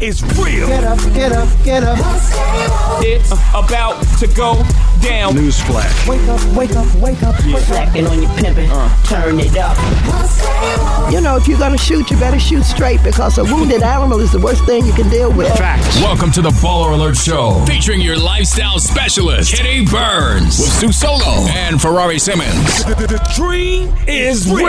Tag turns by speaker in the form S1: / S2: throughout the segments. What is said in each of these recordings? S1: is real.
S2: Get up, get up, get up.
S1: It's about to go down. Newsflash.
S2: Wake up, wake up, wake up.
S3: Slacking on your pimping, turn it up.
S4: You know, if you're gonna shoot, you better shoot straight because a wounded animal is the worst thing you can deal with.
S5: Welcome to the Baller Alert Show, featuring your lifestyle specialist, Kitty Burns, with Sue Solo and Ferrari Simmons.
S1: The, the- the dream is real.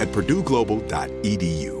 S6: at purdueglobal.edu.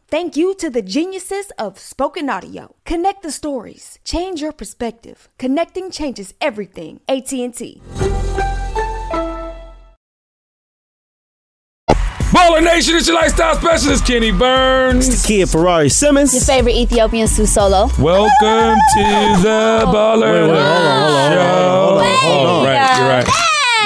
S7: Thank you to the geniuses of spoken audio. Connect the stories. Change your perspective. Connecting changes everything. AT&T.
S1: Baller Nation, it's your lifestyle specialist, Kenny Burns.
S2: Kid Ferrari Simmons.
S8: Your favorite Ethiopian Sue Solo.
S1: Welcome to the Baller
S2: Wait, wait, hold on, hold on, hold on, hold on,
S1: Show.
S2: hold on.
S1: Right, you're right.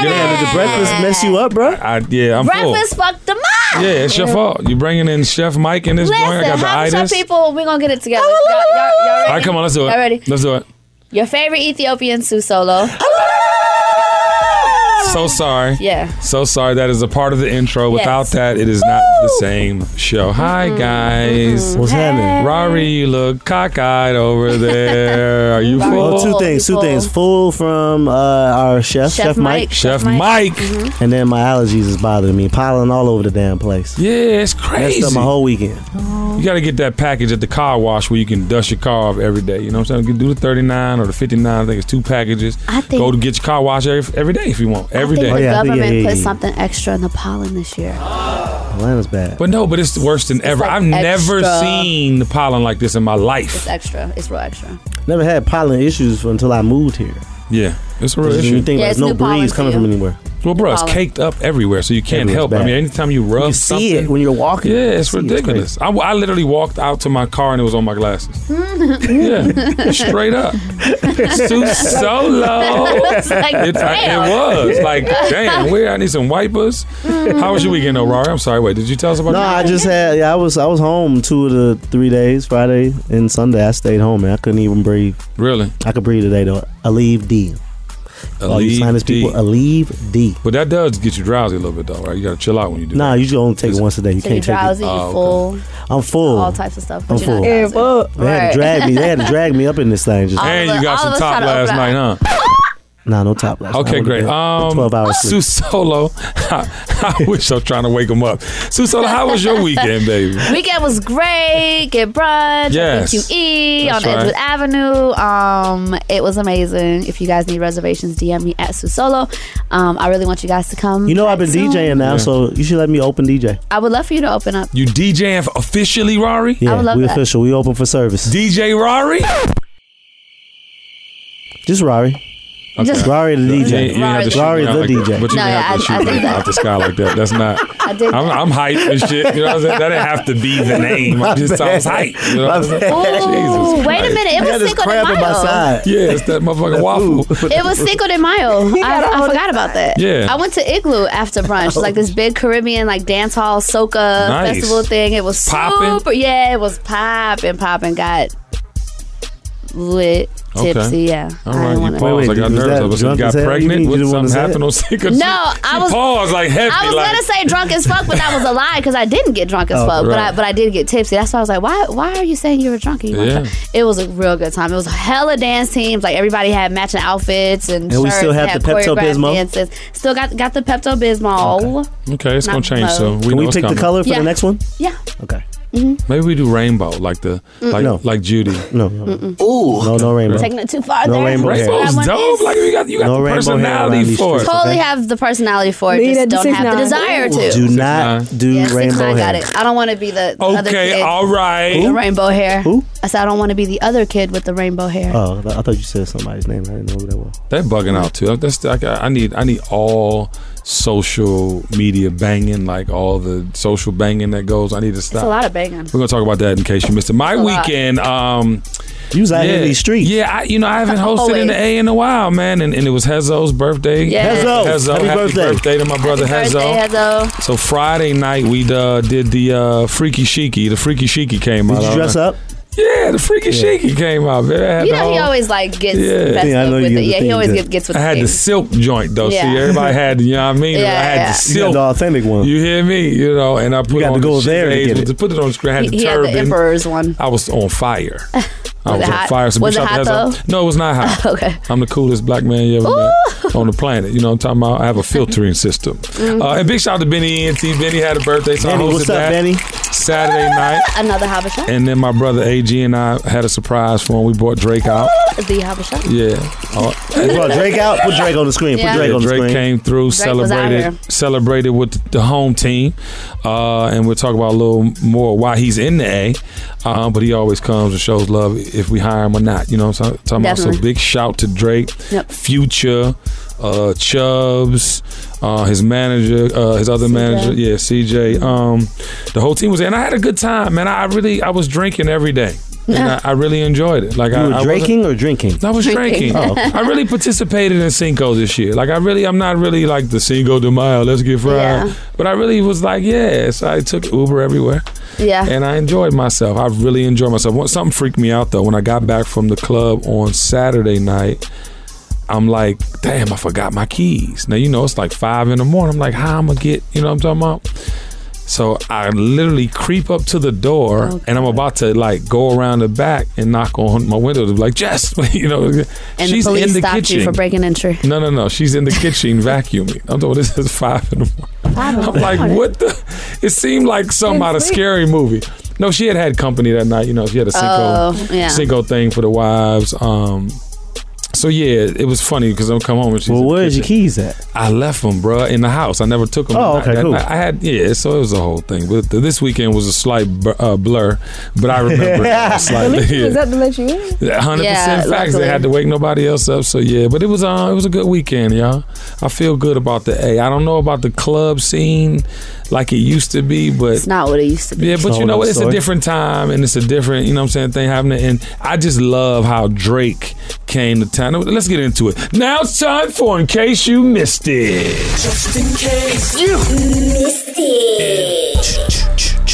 S1: You're
S2: Man, did
S1: right.
S2: the breakfast mess you up, bro?
S1: I, yeah, I'm full.
S8: Breakfast fucked them up.
S1: Oh. Yeah, it's your fault. You bringing in Chef Mike and this
S8: Listen,
S1: joint. I got the
S8: how much
S1: itis.
S8: are people? We're going to get it together. Y'all, y'all, y'all ready?
S1: All right, come on, let's do it.
S8: Y'all ready?
S1: Let's do it.
S8: Your favorite Ethiopian Sue Solo.
S1: So sorry.
S8: Yeah.
S1: So sorry. That is a part of the intro. Without
S8: Yes. Mm-hmm,
S1: that, it is not the same show. Hi, guys.
S2: What's happening?
S1: Rory, you look cockeyed over there. Are you
S8: Rory.
S2: Well,
S1: full?
S8: Full,
S2: two things, two
S8: full.
S2: things. Full from uh, our chef, Chef, Mike.
S1: Chef Mike.
S8: Mm-hmm.
S2: and then my allergies is bothering me, piling all over the damn place.
S1: Yeah, it's crazy.
S2: Messed up my whole weekend.
S1: you got to get that package at the car wash where you can dust your car off every day. You know what I'm saying? You can do the 39 or the 59. I think it's two packages.
S8: I think-
S1: Go to get your car washed every, every day if you want. Every day.
S8: I think
S2: Oh,
S8: the
S2: yeah, I think-
S8: government
S2: yeah, yeah,
S8: put
S2: yeah.
S8: something extra in the pollen this year.
S2: Atlanta's bad.
S1: But no, but it's worse than ever.
S8: like
S1: I've never
S8: extra.
S1: seen the pollen like this in my life.
S8: It's extra. It's real extra.
S2: Never had pollen issues until I moved here.
S1: yeah, it's a real
S2: Because
S1: issue.
S2: You think
S8: Yeah,
S2: like,
S8: it's
S2: no
S8: new pollen
S2: breeze
S8: for
S2: coming
S8: you.
S2: from anywhere.
S1: Well, bro, it's
S8: Pollen.
S1: caked up everywhere, so you can't
S2: Everywhere's
S1: help. I
S2: bad.
S1: mean, anytime you rub
S2: You
S1: something,
S2: see it when you're walking.
S1: yeah, it's
S2: See,
S1: ridiculous. I, I literally walked out to my car and it was on my glasses. yeah, straight up. Sue Solo.
S8: It's like,
S1: It, I, it
S8: damn.
S1: was like, damn, where I need some wipers. How was your weekend, though, Rari? I'm sorry. Wait, did you tell us about?
S2: No,
S1: your-
S2: I just had. Yeah, I was I was home two of the three days, Friday and Sunday. I stayed home and I couldn't even breathe.
S1: really.
S2: I could breathe today though. Aleve D. All Oh, you sinus
S1: Aleve D.
S2: people, Aleve D.
S1: But that does get you drowsy a little bit, though, right? You gotta chill out when you do.
S2: Nah, you just only take it once a day. You
S8: So you
S2: can't take
S8: drowsy,
S2: it.
S8: you
S1: Oh, okay. Oh,
S8: full,
S2: I'm full.
S8: all types of stuff.
S2: I'm
S8: But you're
S2: full.
S8: not
S2: They had to drag
S8: drowsy.
S2: me. They had to drag me up in this thing. Just
S1: that. And
S8: All
S1: you
S8: of-
S1: got
S8: all
S1: some
S8: of us
S1: top
S8: tryna
S1: last
S8: open
S1: night, huh?
S2: nah, no top last night. I
S1: Okay,
S2: would've
S1: great.
S2: been
S1: Um,
S2: Twelve hours.
S1: Sue
S2: Sleep.
S1: Solo, I wish I was trying to wake him up. Sue Solo, how was your weekend, baby?
S8: Weekend was great. Get brunch.
S1: Yes.
S8: QE
S1: That's
S8: E on
S1: right.
S8: Edgewood Avenue. Um, it was amazing. If you guys need reservations, DM me at Susolo. Um, I really want you guys to come.
S2: You know
S8: back
S2: I've been
S8: soon.
S2: DJing now,
S1: Yeah.
S2: so you should let me open DJ.
S8: I would love for you to open up.
S1: You DJing officially, Rari?
S2: Yeah,
S8: would love
S2: we
S8: that.
S2: official. We open for service.
S1: DJ Rari?
S2: Just Rari.
S8: Just
S2: Rory the
S1: You ain't-
S2: DJ.
S1: you ain't have to shoot
S2: Rory
S1: me out
S2: the
S1: like that.
S2: DJ.
S1: But you
S8: No,
S1: didn't have to
S8: yeah, I- I
S1: shoot me
S8: did that.
S1: out the sky like that. That's not. I
S8: did
S1: I'm,
S8: that.
S1: I'm hype and shit. You know what I'm saying? That didn't have to be the name. I'm just I was hype. You know what I'm
S2: My
S1: saying?
S8: Ooh,
S1: Jesus
S8: wait a
S1: Christ.
S8: minute. It
S2: I had
S8: was
S2: this
S8: Cinco de
S2: crab in my
S8: Mayo.
S2: side.
S1: Yeah, it's that motherfucking waffle.
S8: It was Cinco de Mayo. I, I forgot about that.
S1: Yeah.
S8: I went to Igloo after brunch, like this big Caribbean like dance hall soca
S1: Nice.
S8: festival thing. It was
S1: Poppin'?
S8: super. Yeah, it was popping, popping. Got lit,
S1: Okay.
S8: tipsy. Yeah.
S1: All
S8: I
S1: right,
S8: didn't
S1: you
S8: wanna-
S1: paused.
S2: Wait,
S1: I
S2: wait,
S1: got
S2: was
S1: nervous.
S2: that
S1: I was
S2: drunk
S1: like, you got
S2: as hell? You
S1: pregnant
S2: didn't- you
S1: with
S2: didn't wanna
S1: something
S2: say
S1: happened on Secret.
S8: No, I was-
S1: paused like heavy.
S8: I was
S1: like,
S8: gonna say drunk as fuck, but that was a lie because I didn't get drunk as
S2: Oh,
S8: fuck. But I
S1: right.
S8: but I did get tipsy. That's why I was like, why why are you saying you were drunk? And you weren't
S1: Yeah.
S8: drunk? It was a real good time. It was hella dance teams. Like everybody had matching outfits and,
S2: And we still
S8: shirts,
S2: had
S8: had
S2: the Pepto-Bismol?
S8: choreographed dances. Still got got the Pepto Bismol.
S1: Okay, it's gonna
S8: Not
S1: change.
S8: low.
S1: So we
S2: Can
S1: know
S2: we
S1: it's
S2: pick the
S1: coming.
S2: color for
S8: Yeah.
S2: the next one?
S8: Yeah.
S2: Okay.
S1: Maybe we do rainbow, like the like
S2: No.
S1: like Judy.
S2: No. no. No, no rainbow.
S8: Taking it too far
S2: No
S8: there.
S2: rainbow
S8: That's
S2: hair.
S8: what I
S1: Rainbow's
S8: want
S1: dope.
S8: is-
S1: Like you got you got
S2: No
S1: the
S2: rainbow hair around
S1: personality
S2: these
S1: for it.
S2: streets.
S8: Totally
S2: Okay.
S8: have the personality for it.
S9: Me,
S8: Just
S9: that
S8: don't
S9: six
S8: have the
S9: nine.
S8: desire to.
S2: Do
S1: Six
S2: not
S1: nine.
S2: do
S8: yeah, six
S2: rainbow
S8: nine
S2: hair.
S8: got it. I don't want to be the other
S1: Okay,
S8: kid.
S1: all
S8: with the
S1: right.
S8: rainbow hair.
S2: Who?
S8: I said I don't want to be the other kid with the rainbow hair.
S2: Oh, I thought- I thought you said somebody's name. I didn't know who that was.
S1: They're bugging out too. That's like, I need I need all social media banging, like all the social banging that goes. I need to
S8: It's a
S1: stop.
S8: lot of banging.
S1: We're gonna talk about that in case you missed it. My
S8: It's a lot.
S1: weekend. Um,
S2: You was out here in these streets.
S1: Yeah, I, you know I haven't hosted in the A in a while, man, and, and it was Hezo's birthday.
S8: Yeah.
S2: Hezo,
S1: Hezo, happy, birthday. to my brother
S8: Happy
S1: Hezo.
S8: birthday, Hezo.
S1: So Friday night we uh, did the uh, Freaky Sheiky. The Freaky Sheiky came out.
S2: Did you dress up?
S1: Yeah, the Freaky Sheiky came out. Man. I had
S8: You
S1: the
S8: know he
S1: whole-
S8: always like gets
S1: Yeah.
S8: messed
S2: Yeah, I
S8: up
S2: know
S8: with
S2: you
S8: it.
S2: get the
S8: Yeah, he
S2: thing
S8: always
S2: good.
S8: get, gets with
S1: I had
S8: the
S1: the
S8: thing.
S1: silk joint though. See,
S8: Yeah.
S1: everybody had, you know what I mean?
S8: Yeah,
S1: I had
S8: yeah.
S1: the
S2: You got
S1: silk.
S2: the authentic one.
S1: You hear me? You know, and I put
S2: got
S1: on
S2: to go
S1: the
S2: there to
S1: shades
S2: get
S1: with
S2: it.
S1: the- put it on the screen. I had
S8: He,
S1: the
S8: he had
S1: turban. Oh.
S8: the emperor's one.
S1: I was on fire. I
S8: Was
S1: was
S8: it
S1: on
S8: hot?
S1: fire. So
S8: Was
S1: big
S8: it
S1: shout
S8: hot,
S1: to Hezo. No, it was not hot.
S8: Okay.
S1: I'm the coolest black man you ever met on the planet. You know what I'm talking about? I have a filtering system.
S8: Mm.
S1: Uh, and big shout out to Benny ENT. Benny had a birthday, so
S2: Benny,
S1: I hosted
S2: what's up,
S1: that
S2: Benny?
S1: Saturday night.
S8: Another Habesha.
S1: And then my brother AG and I had a surprise for him. We brought Drake out.
S8: The Habesha.
S1: Yeah. Uh,
S2: Bro, Drake out. Put Drake on the screen.
S8: Yeah.
S2: Put Drake
S1: yeah,
S2: on the
S1: Drake
S2: screen.
S1: came through,
S8: Drake was out here.
S1: celebrated, celebrated with the home team, uh, and we'll talk about a little more why he's in the A. Uh, but he always comes and shows love if we hire him or not. You know what I'm ta- talking about?
S8: Definitely.
S1: So big shout to Drake,
S8: Yep.
S1: Future, uh, Chubbs, uh, his manager, uh, his other manager, yeah, CJ. Um, the whole team was there, and I had a good time, man. I really, I was drinking every day, and I, I really enjoyed it. Like I,
S2: You
S1: I
S2: were
S1: wasn't-
S2: drinking or drinking?
S1: I was drinking. I really participated in Cinco this year. Like I really, I'm not really like the Cinco de Mayo. Let's get fried.
S8: Yeah.
S1: But I really was like, yeah. So I took Uber everywhere,
S8: Yeah.
S1: and I enjoyed myself. I really enjoyed myself. One- Something freaked me out though when I got back from the club on Saturday night. I'm like, damn, I forgot my keys. Now you know it's like five in the morning. I'm like, how I'm gonna get? You know what I'm talking about? So I literally creep up to the door
S8: Oh,
S1: and I'm about to like go around the back and knock on my window to be like, Jess, you know,
S8: and
S1: she's
S8: the police
S1: in the
S8: stopped
S1: kitchen.
S8: you for breaking entry.
S1: no, no, no. She's in the kitchen vacuuming. I'm talking. This is five in the morning. I'm like, what the? It seemed like something out of scary movie. No, she had had company that night. You know, she had a Cinco,
S8: Oh, yeah.
S1: Cinco thing for the wives. Um, so yeah, it was funny because I'm come home and she's.
S2: Well,
S1: in the
S2: where's
S1: kitchen.
S2: your keys at?
S1: I left them, bruh, in the house. I never took them.
S2: Oh, okay, cool.
S1: I, I had yeah, so it was a whole thing. But th- this weekend was a slight br- uh, blur, but I remember it slightly.
S9: He was
S1: Yeah.
S9: up to let you in.
S1: Hundred
S8: Yeah,
S1: percent facts.
S8: luckily.
S1: They had to wake nobody else up. So yeah, but it was uh, it was a good weekend, y'all. I feel good about the A. I don't know about the club scene like it used to be, but
S8: It's not what it used to be.
S1: yeah, but
S2: not
S1: you
S2: what
S1: know
S2: I'm
S1: what? It's a
S2: sorry.
S1: different time and it's a different, you know what I'm saying, thing happening. And I just love how Drake came to town. Let's get into it. Now it's time for In Case You Missed It.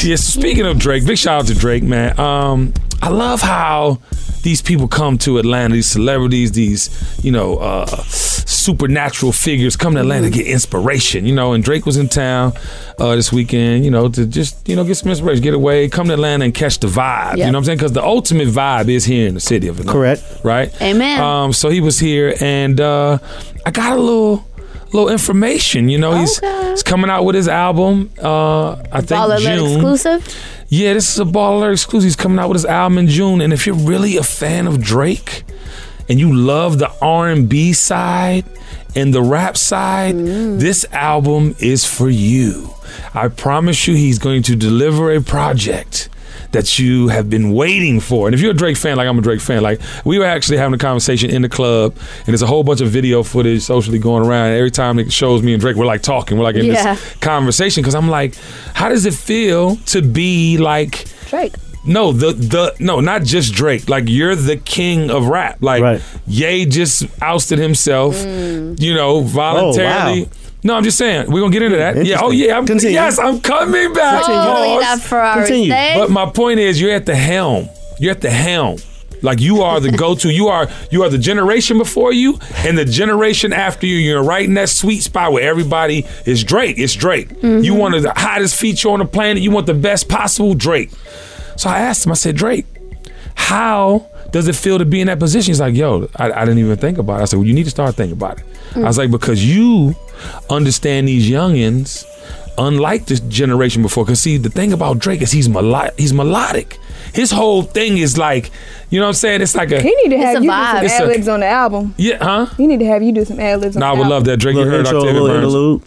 S1: Yeah, speaking of Drake, big shout out to Drake, man. Um, I love how these people come to Atlanta, these celebrities, these, you know, uh, supernatural figures come to Atlanta to get inspiration, you know. And Drake was in town uh, this weekend, you know, to just, you know, get some inspiration, get away, come to Atlanta and catch the vibe. You
S8: Yeah.
S1: know what I'm saying? Because the ultimate vibe is here in the city of Atlanta.
S2: Correct.
S1: Right?
S8: Amen.
S1: Um, so he was here, and uh, I got a little. Little information, you know, he's,
S8: Okay.
S1: he's coming out with his album. Uh, I think
S8: All of
S1: June.
S8: that exclusive.
S1: Yeah, this is a Ball Alert exclusive. He's coming out with his album in June, and if you're really a fan of Drake and you love the R&B side and the rap side, this album is for you. I promise you, he's going to deliver a project that you have been waiting for. And if you're a Drake fan, like I'm a Drake fan, like we were actually having a conversation in the club, and there's a whole bunch of video footage socially going around. And every time it shows me and Drake, we're like talking, we're like in
S8: Yeah.
S1: this conversation because I'm like, how does it feel to be like?
S8: Drake.
S1: No, the the no, not just Drake. Like you're the king of rap. Like
S2: Right.
S1: Ye just ousted himself, you know, voluntarily.
S2: Oh, wow.
S1: No, I'm just saying. We're gonna get into that. Yeah. Oh
S2: Interesting.
S1: yeah. I'm,
S2: Continue.
S1: yes, I'm coming back.
S8: Totally
S1: boss.
S8: that Ferrari
S2: Continue.
S8: thing.
S1: Oh, But my point is, you're at the helm. You're at the helm. Like you are the go-to. You are you are the generation before you and the generation after you. You're right in that sweet spot where everybody is Drake. It's Drake. You want the hottest feature on the planet. You want the best possible Drake. So I asked him. I said, Drake, how does it feel to be in that position? He's like, yo, I, I didn't even think about it. I said, well, you need to start thinking about it. I
S9: Mm.
S1: was like, because you understand these youngins, unlike this generation before. Because see, the thing about Drake is he's melodic. He's melodic. His whole thing is like, you know what I'm saying? It's like a
S9: He need to have
S8: a
S9: you
S8: vibe.
S9: do
S1: It's a-
S9: some ad libs on the album.
S1: yeah, huh?
S9: You need to have you do some ad libs. on
S1: No, I
S9: the
S1: would
S9: album.
S1: love that Drake. You
S2: Little
S1: heard
S2: intro,
S1: Octavia
S2: little
S1: Burns.
S2: interlude.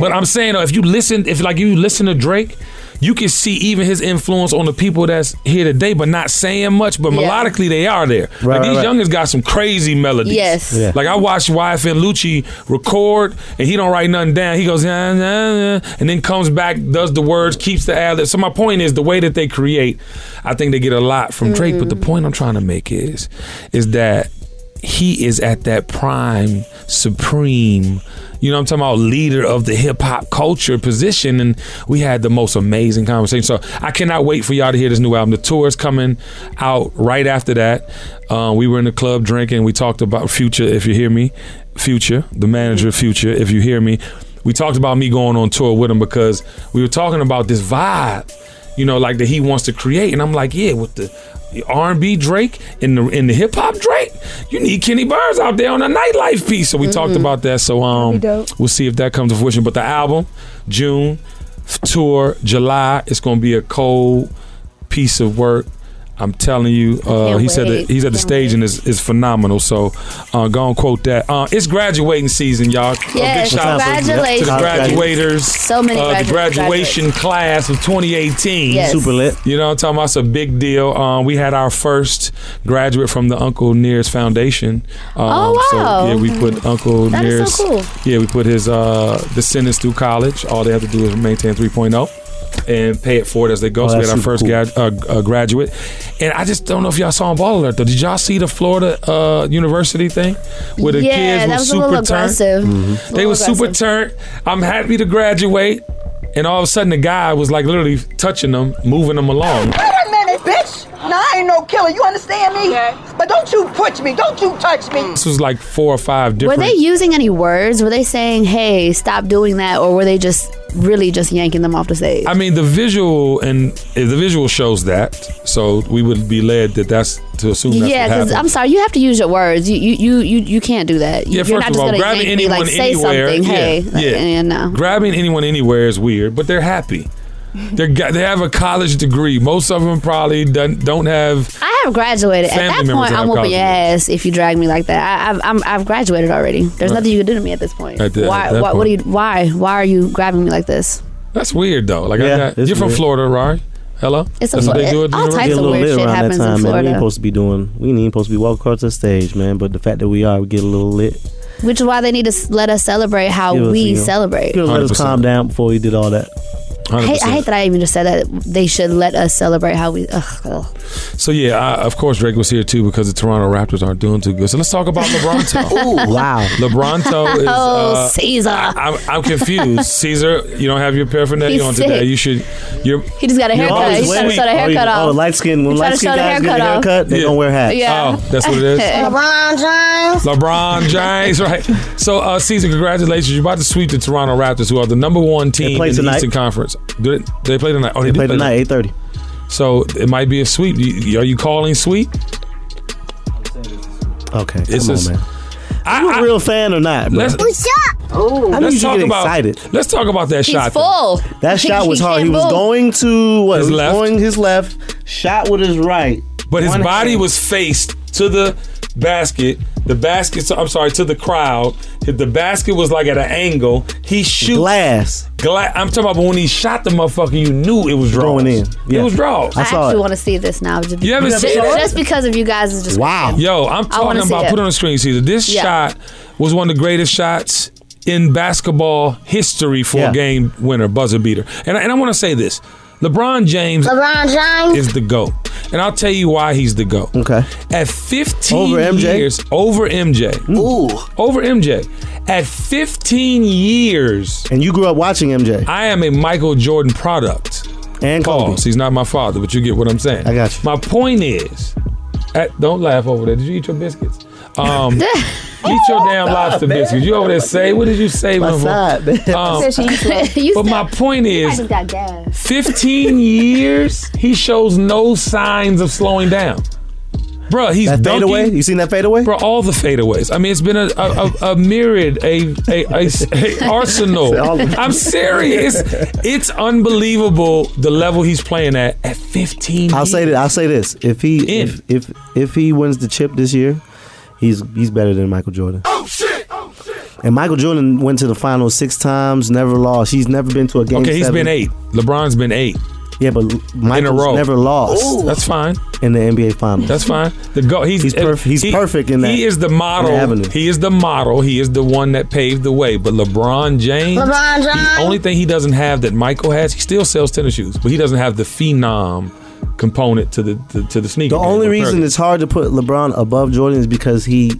S1: But I'm saying though, if you listen, if like you listen to Drake, you can see even his influence on the people that's here today, but not saying much. But
S8: Yeah.
S1: melodically, they are there.
S2: Right,
S1: like these
S2: right, right.
S1: youngins got some crazy melodies.
S8: Yes.
S2: Yeah.
S1: Like I watched YFN Lucci record, and he don't write nothing down. He goes nah, nah, nah, and then comes back, does the words, keeps the ad lib. So my point is, the way that they create, I think they get a lot from Drake. But the
S8: Mm.
S1: point I'm trying to make is, is that he is at that prime supreme you know what i'm talking about leader of the hip-hop culture position and we had the most amazing conversation so i cannot wait for y'all to hear this new album the tour is coming out right after that uh, we were in the club drinking we talked about future if you hear me future the manager of future if you hear me we talked about me going on tour with him because we were talking about this vibe you know, like that he wants to create. And I'm like, yeah, with the the R&B Drake and the in the hip hop Drake, you need Kenny Burns out there on a nightlife piece. So we talked about that. So um,
S9: be dope.
S1: we'll see if that comes to fruition. But the album, June f- tour, July, it's gonna be a cold piece of work. I'm telling you, uh,
S8: can't
S1: he said that
S8: wait.
S1: he said the
S8: Can't
S1: stage
S8: wait.
S1: and is, is phenomenal. So, uh, go and quote that. Uh, it's graduating season, y'all.
S8: Yes,
S1: a big shout out to
S8: congratulations.
S1: the graduators.
S8: So many
S1: uh, the
S8: graduates,
S1: graduation class of 2018.
S8: Yes.
S2: Super lit.
S1: You know what I'm talking about? It's a big deal. Um, we had our first graduate from the Uncle Nearest Foundation. Um,
S8: Oh, wow.
S1: So, yeah, we put Uncle
S8: That is
S1: Nearest.
S8: so cool.
S1: Yeah, we put his uh, descendants through college. All they have to do is maintain 3.0 and pay it forward as they go.
S2: Oh,
S1: so we
S2: that's
S1: had our
S2: super
S1: first
S2: cool.
S1: grad, uh, uh, graduate. And I just don't know if y'all saw him ball alert, though. Did y'all see the Florida uh, University thing? Where the
S8: yeah,
S1: kids
S8: that
S1: were
S8: was
S1: super
S8: a little
S1: turned?
S8: aggressive.
S1: They
S2: Mm-hmm.
S8: Little
S1: were super
S8: aggressive.
S1: turned. I'm happy to graduate. And all of a sudden, the guy was like literally touching them, moving them along.
S4: Wait a minute, bitch. Now I ain't no killer. You understand me? But don't you push me. Don't you touch
S10: Mm.
S4: me.
S1: This was like four or five
S8: Were
S1: different.
S8: they using any words? Were they saying, "Hey, stop doing that," or were they just really just yanking them off the stage?
S1: I mean, the visual and eh, the visual shows that. So we would be led that that's to assume that's
S8: yeah,
S1: what happened.
S8: because I'm sorry, you have to use your words. You you you you, you can't do that.
S1: yeah,
S8: You're
S1: first
S8: not
S1: of
S8: just
S1: all,
S8: gonna
S1: grabbing
S8: yank me,
S1: anyone
S8: like, say
S1: anywhere,
S8: something.
S1: yeah,
S8: hey, like,
S1: yeah.
S8: and no.
S1: grabbing anyone anywhere is weird, but they're happy. They're got, they have a college degree. Most of them probably don't, don't have.
S8: I have graduated. At
S1: Family
S8: that
S1: members
S8: point,
S1: that have
S8: I'm whooping your
S1: colleges.
S8: ass if you drag me like that. I, I've I'm, I've graduated already. There's nothing you can do to me at this point.
S1: At the-
S8: why?
S1: at that
S8: why What do you?
S1: point.
S8: Why? Why are you grabbing me like this?
S1: That's weird though. Like
S2: Yeah,
S1: I got, you're
S2: it's
S1: from
S2: weird.
S1: Florida, right? Hello.
S8: It's a
S1: That's what
S8: Flo-
S1: they do at the
S8: all
S1: university?
S2: Get
S8: types
S2: a
S8: of
S2: little
S8: weird
S2: lit
S8: shit
S2: around that
S8: happens in
S2: time, man. We ain't
S8: Florida.
S2: supposed to be doing. We ain't even supposed to be walking across the stage, man. But the fact that we are, we get a little lit.
S8: Which is why they need to s- let us celebrate how
S2: Give us,
S8: we
S2: you know,
S8: celebrate.
S2: Could have let us
S1: 100%.
S2: calm down before we did all that.
S8: I hate, I
S1: 100%.
S8: hate that I even just said that. They should let us celebrate how we. Ugh, ugh.
S1: So yeah, I, of course Drake was here too because the Toronto Raptors aren't doing too good. So let's talk about LeBronto.
S2: Wow.
S1: LeBronto is.
S8: Oh,
S1: uh,
S8: Caesar.
S1: I, I'm, I'm confused, Caesar. You don't have your paraphernalia
S8: He's
S1: on today.
S8: sick.
S1: You should. You're.
S8: he just got a haircut.
S1: always
S8: He's trying to
S1: wait.
S8: show the haircut
S2: oh,
S8: off.
S2: light skin. When
S8: Try to
S2: light skin
S8: show the
S2: guys get a
S8: haircut off.
S2: haircut, they
S1: Yeah.
S2: don't wear hats.
S8: Yeah.
S1: Oh, that's what it is. LeBron James, right? So, uh, Caesar, congratulations! You're about to sweep the Toronto Raptors, who are the number one team
S2: play
S1: in the
S2: tonight.
S1: Eastern Conference. Do they, do they play tonight? Oh, they,
S2: They
S1: do
S2: play tonight,
S1: tonight.
S2: eight thirty.
S1: So it might be a sweep. You- are you calling sweep?
S2: Okay,
S1: It's
S2: come
S1: just-
S2: on, man.
S1: I,
S2: You a
S1: I-
S2: real fan or not? Bro?
S1: let's,
S2: I knew you
S1: let's talk
S2: get
S1: about.
S2: excited.
S1: Let's talk about that
S8: He's
S1: shot. though.
S8: full.
S2: That shot was hard. He was
S8: can't move.
S2: going to what?
S1: His
S2: he was
S1: left.
S2: going his left, shot with his right.
S1: But his
S2: One
S1: body
S2: hand.
S1: was faced to the basket. The basket, I'm sorry, to the crowd. The basket was like at an angle. He shoots
S2: glass.
S1: Glass. I'm talking about when he shot the motherfucker, you knew it was draws. Going in, it was draws.
S8: I, actually want to see this now. Just,
S1: You haven't
S8: just,
S1: seen it?
S8: just because of you guys is just
S1: Yo, I'm
S8: I wanna
S1: talking
S8: see
S1: about
S8: it.
S1: put it on the screen, Caesar. This
S8: Yeah.
S1: shot was one of the greatest shots in basketball history for a game winner, buzzer beater. And, I- and I want to say this LeBron James
S11: LeBron James.
S1: is the GOAT. And I'll tell you why he's the GOAT. Okay. At 15
S2: Over MJ?
S1: years, over MJ. Ooh. Over MJ. At 15 years.
S2: And you grew up watching MJ.
S1: I am a Michael Jordan product.
S2: And
S1: Kobe. He's not my father, but you get what I'm saying. I got you. My point is, at, don't laugh over there. Did you eat your biscuits? Um, eat your damn lobster biscuits. You over there say, what did you say?
S8: My
S1: man?
S8: side, man.
S1: Um,
S8: Said she eats lobster. You
S1: but my point
S8: You
S1: is,
S8: haven't got gas.
S1: 15 years, he shows no signs of slowing down. Bruh, he's that fadeaway. You
S2: seen that fadeaway?
S1: Bro, all the fadeaways. I mean, it's been a a, a, a myriad, a a, a- a arsenal.
S2: All of them.
S1: I'm serious. It's unbelievable the level he's playing at at 15.
S2: I'll say that. I'll say this: if he
S1: In.
S2: if, if if he wins the chip this year, he's he's better than Michael Jordan. Oh shit! And Michael Jordan went to the final six times, never lost. He's never been to a game.
S1: Okay,
S2: he
S1: he's
S2: seven.
S1: been eight. LeBron's been eight.
S2: Yeah, but Michael's
S1: row.
S2: never lost.
S1: Ooh. That's fine.
S2: In the NBA Finals.
S1: That's fine. The go he's he's,
S2: perf- he's perfect in that-
S1: He is the model.
S2: in that avenue.
S1: He is the model. He is the one that paved the way. But LeBron James,
S11: LeBron James.
S1: the only thing he doesn't have that Michael has, he still sells tennis shoes, but he doesn't have the phenom component to the to, to the sneaker.
S2: The only reason it's hard to put LeBron above Jordan is because he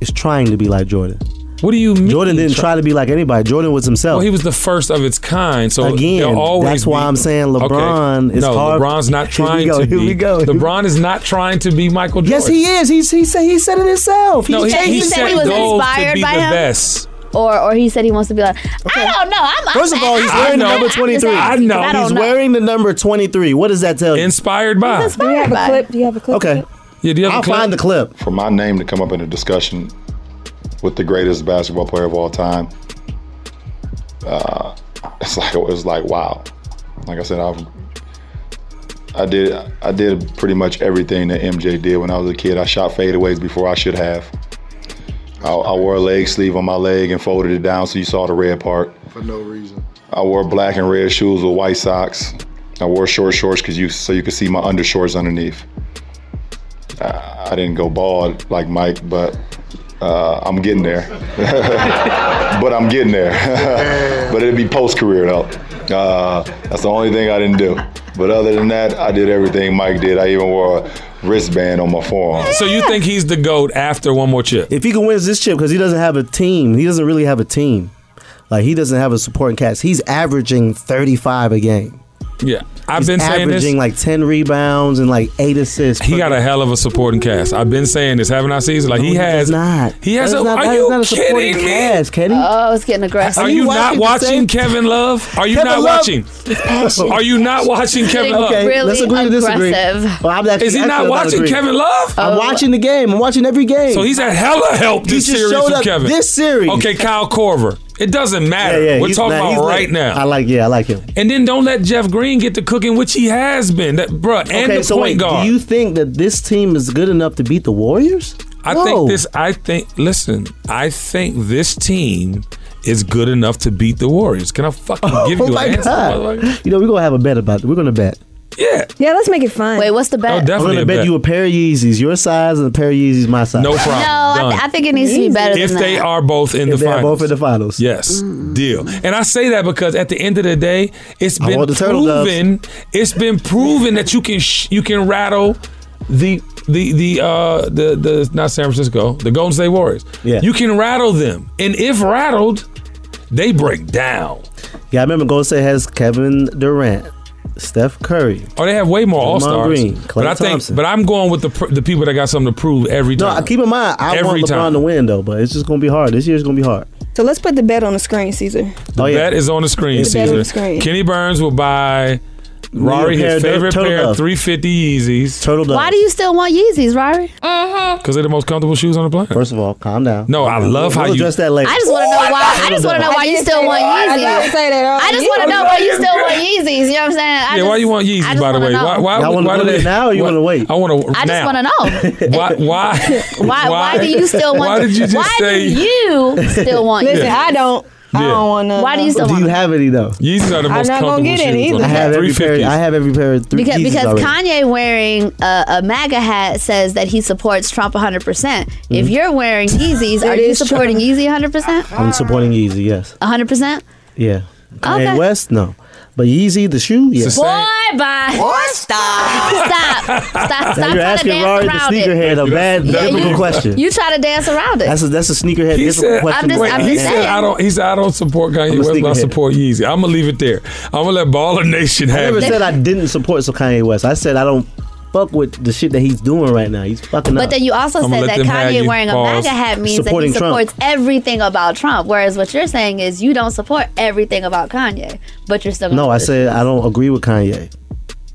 S2: is trying to be like Jordan.
S1: What do you mean?
S2: Jordan didn't try to be like anybody. Jordan was himself.
S1: Well, he was the first of its kind, so
S2: Again,
S1: they'll always
S2: that's why
S1: be-
S2: I'm saying
S1: Okay.
S2: LeBron is
S1: no,
S2: hard-
S1: LeBron's not
S2: Here we
S1: trying
S2: go,
S1: to
S2: here
S1: be.
S2: we go.
S1: LeBron is not trying to be Michael Jordan.
S2: yes, he is. He's, he said he said it himself.
S1: No, he,
S8: said-
S1: he
S8: he said
S1: set
S8: he was
S1: goals to
S8: inspired
S1: be
S8: by
S1: the
S8: him?
S1: best.
S8: or or he said he wants to be like. I don't know. I'm,
S2: First
S8: I'm,
S2: of all, he's
S8: I- I-
S2: wearing the
S8: I-
S2: number
S8: I'm just
S2: 23.
S8: asking 'cause I don't
S2: He's
S8: know.
S2: wearing the number 23. What does that tell you?
S1: Inspired
S8: He's
S1: by.
S9: Do you have
S8: Bye.
S9: a clip? Do you have a clip?
S2: Okay.
S1: Yeah, do you
S10: have a
S2: I'll
S10: clip?
S2: find the clip.
S10: For my name to come up in a discussion with the greatest basketball player of all time, uh, it's like it was like wow. Like I said, I've I did I did pretty much everything that MJ did when I was a kid. I shot fadeaways before I should have. I, I wore a leg sleeve on my leg and folded it down so you saw the red part.
S12: For no reason.
S10: I wore black and red shoes with white socks. I wore short shorts because you so you could see my undershorts underneath. I, I didn't go bald like Mike, but uh, I'm getting there. but I'm getting there. but it'd be post career though. Uh, that's the only thing I didn't do. But other than that, I did everything Mike did. I even wore a wristband on my forearm.
S1: So you think he's the goat after one more chip?
S2: If he can win this chip, because he doesn't have a team, he doesn't really have a team. Like he doesn't have a supporting cast. He's averaging 35 a game.
S1: Yeah, I've
S2: He's
S1: been saying
S2: averaging
S1: this.
S2: like 10 rebounds and like eight assists.
S1: he got a hell of a supporting cast. I've been saying this, haven't I, Caesar? Like he has not. He has.
S2: That
S1: A,
S2: is not-
S1: are
S2: that is
S1: you
S2: not a supporting
S1: kidding me? Uh,
S2: cast, Kenny.
S8: Oh, it's getting aggressive.
S1: Are you not watching Kevin Love? Are you
S8: Kevin
S1: not
S8: Love-
S1: watching? Are you not watching Kevin Love?
S2: Okay, let's agree to disagree.
S8: aggressive.
S2: Well, I'm actually-
S1: Is he not
S2: actually, I'm
S1: watching
S2: agreeing.
S1: Kevin Love?
S2: I'm
S1: Oh.
S2: watching the game. I'm watching every game.
S1: So he's at hella help
S2: He
S1: this
S2: just
S1: series
S2: showed
S1: with
S2: up
S1: Kevin.
S2: This series.
S1: Okay, Kyle Corver. It doesn't matter.
S2: Yeah, yeah,
S1: We're
S2: he's
S1: talking
S2: not- he's
S1: about
S2: not-
S1: right now.
S2: I like. Yeah, I like him.
S1: And then don't let Jeff Green get the cooking, which he has been. That bruh, and
S2: okay,
S1: the
S2: so
S1: point
S2: wait,
S1: guard.
S2: do you think that this team is good enough to beat the Warriors?
S1: I think this. I think. Listen, I think this team is good enough to beat the Warriors. Can I fucking give
S2: oh
S1: you
S2: my
S1: an answer?
S2: god!
S1: motherfucker?
S2: You know we're gonna have a bet about it. We're gonna bet.
S1: Yeah.
S9: Yeah, let's make it fun. Wait,
S8: what's the bet?
S2: I'm gonna bet, you a pair of Yeezys, your size, and a pair of Yeezys, my size.
S1: No
S8: No,
S1: problem.
S8: I,
S1: Done.
S8: I think it needs to be better
S1: if
S8: than
S1: they
S8: that.
S1: are both in
S2: If
S1: the
S2: they are
S1: finals.
S2: both in the finals.
S1: Yes, deal. And I say that because at the end of the day, it's been
S2: want the turtle doves.
S1: proven. It's been proven that you can sh- you can rattle the the the uh the the not San Francisco the Golden State Warriors.
S2: Yeah.
S1: you can rattle them, and if rattled, they break down.
S2: Yeah, I remember Golden State has Kevin Durant, Steph Curry.
S1: Or Oh, they have way more
S2: Draymond
S1: all stars.
S2: Green,
S1: But
S2: Klay
S1: I think,
S2: Thompson.
S1: but I'm going with the pr- the people that got something to prove every
S2: No,
S1: time.
S2: I- keep in mind, I
S1: every
S2: want LeBron
S1: time.
S2: to win though, but it's just gonna be hard. This year's gonna be hard. Oh,
S9: So let's put the bet on the screen, Caesar.
S1: The bet is on the screen,
S9: The bet on
S1: Caesar.
S9: the screen.
S1: Kenny Burns will buy Rari
S2: Neither
S1: his
S2: pair
S1: favorite
S2: turtle
S1: pair,
S2: dove.
S1: 350 Yeezys.
S2: Turtle
S8: Why do you still want Yeezys, Rory? Mm-hmm.
S1: Because they're the most comfortable shoes on the planet. First
S2: of all, calm down.
S1: No, I love how
S2: We'll
S1: you
S2: address that later.
S8: I just want to know why. I just want to know why you still want
S9: I didn't
S8: Yeezys.
S9: say that.
S8: I just want to know why you still want Yeezys. You know what I'm saying? I
S1: yeah,
S8: just,
S1: why you want Yeezys? By the way, why? Why?
S2: Y'all
S1: why,
S2: wanna put
S1: do
S2: it
S1: they-
S2: now or you
S1: why-
S2: wanna wait?
S1: I want to.
S8: I just want to know
S1: to know. Why? Why?
S8: why, why. do you still want?
S1: Why did you just
S8: why
S1: say?
S8: do you still want?
S9: Listen,
S8: Yeezys?
S9: I don't. I
S1: Yeah.
S9: don't uh, want none.
S8: Why do you still
S2: Do
S8: want?
S2: you have any though?
S1: Yeezys are the
S9: I'm
S1: most
S9: not gonna
S1: comfortable
S9: get any
S1: shoes. on
S9: either.
S1: the
S2: I have every
S1: planet.
S2: pair.
S1: 350s.
S2: I have every pair of three
S8: because
S2: Yeezys
S8: because
S2: already.
S8: Kanye wearing a, a MAGA hat says that he supports Trump 100. percent
S1: Mm-hmm.
S8: If you're wearing Yeezys, are you
S9: is true.
S8: supporting Yeezy 100? percent
S2: I'm supporting Yeezy. Yes.
S8: 100. percent
S2: Yeah. Kanye
S8: Ah. Okay.
S2: West, no. But Yeezy, the shoe, yeah.
S1: It's the
S8: Boy,
S1: same-
S8: bye. stop. Stop.
S2: Now
S8: Stop. Stop
S2: you're
S8: trying to
S2: asking
S8: dance
S2: Rory the
S8: around it.
S2: sneakerhead a bad
S1: Yeah,
S2: difficult
S1: you-
S2: question.
S8: You try to dance around it.
S2: That's a that's a sneakerhead
S1: He
S2: difficult
S1: said,
S2: question.
S8: I'm just-
S2: to
S1: wait,
S8: I'm
S2: ask.
S1: he
S8: just
S1: said,
S8: saying.
S1: "I don't." He said, "I don't support
S2: I'm
S1: Kanye
S2: a
S1: West, but I
S2: sneakerhead.
S1: support Yeezy." I'm gonna leave it there. I'm gonna let Baller Nation
S2: I
S1: have
S2: never
S1: it.
S2: said I didn't support some Kanye West. I said I don't fuck with the shit that he's doing right now. He's fucking
S8: But
S2: up.
S8: then you also
S1: I'ma
S8: said
S1: let
S8: that
S1: them have
S8: Kanye
S1: you.
S8: wearing a
S1: Pause.
S8: MAGA hat means that he
S2: Supporting Trump.
S8: supports everything about Trump. Whereas what you're saying is you don't support everything about Kanye, but you're still gonna
S2: no,
S8: do
S2: I
S8: this.
S2: said I don't agree with Kanye.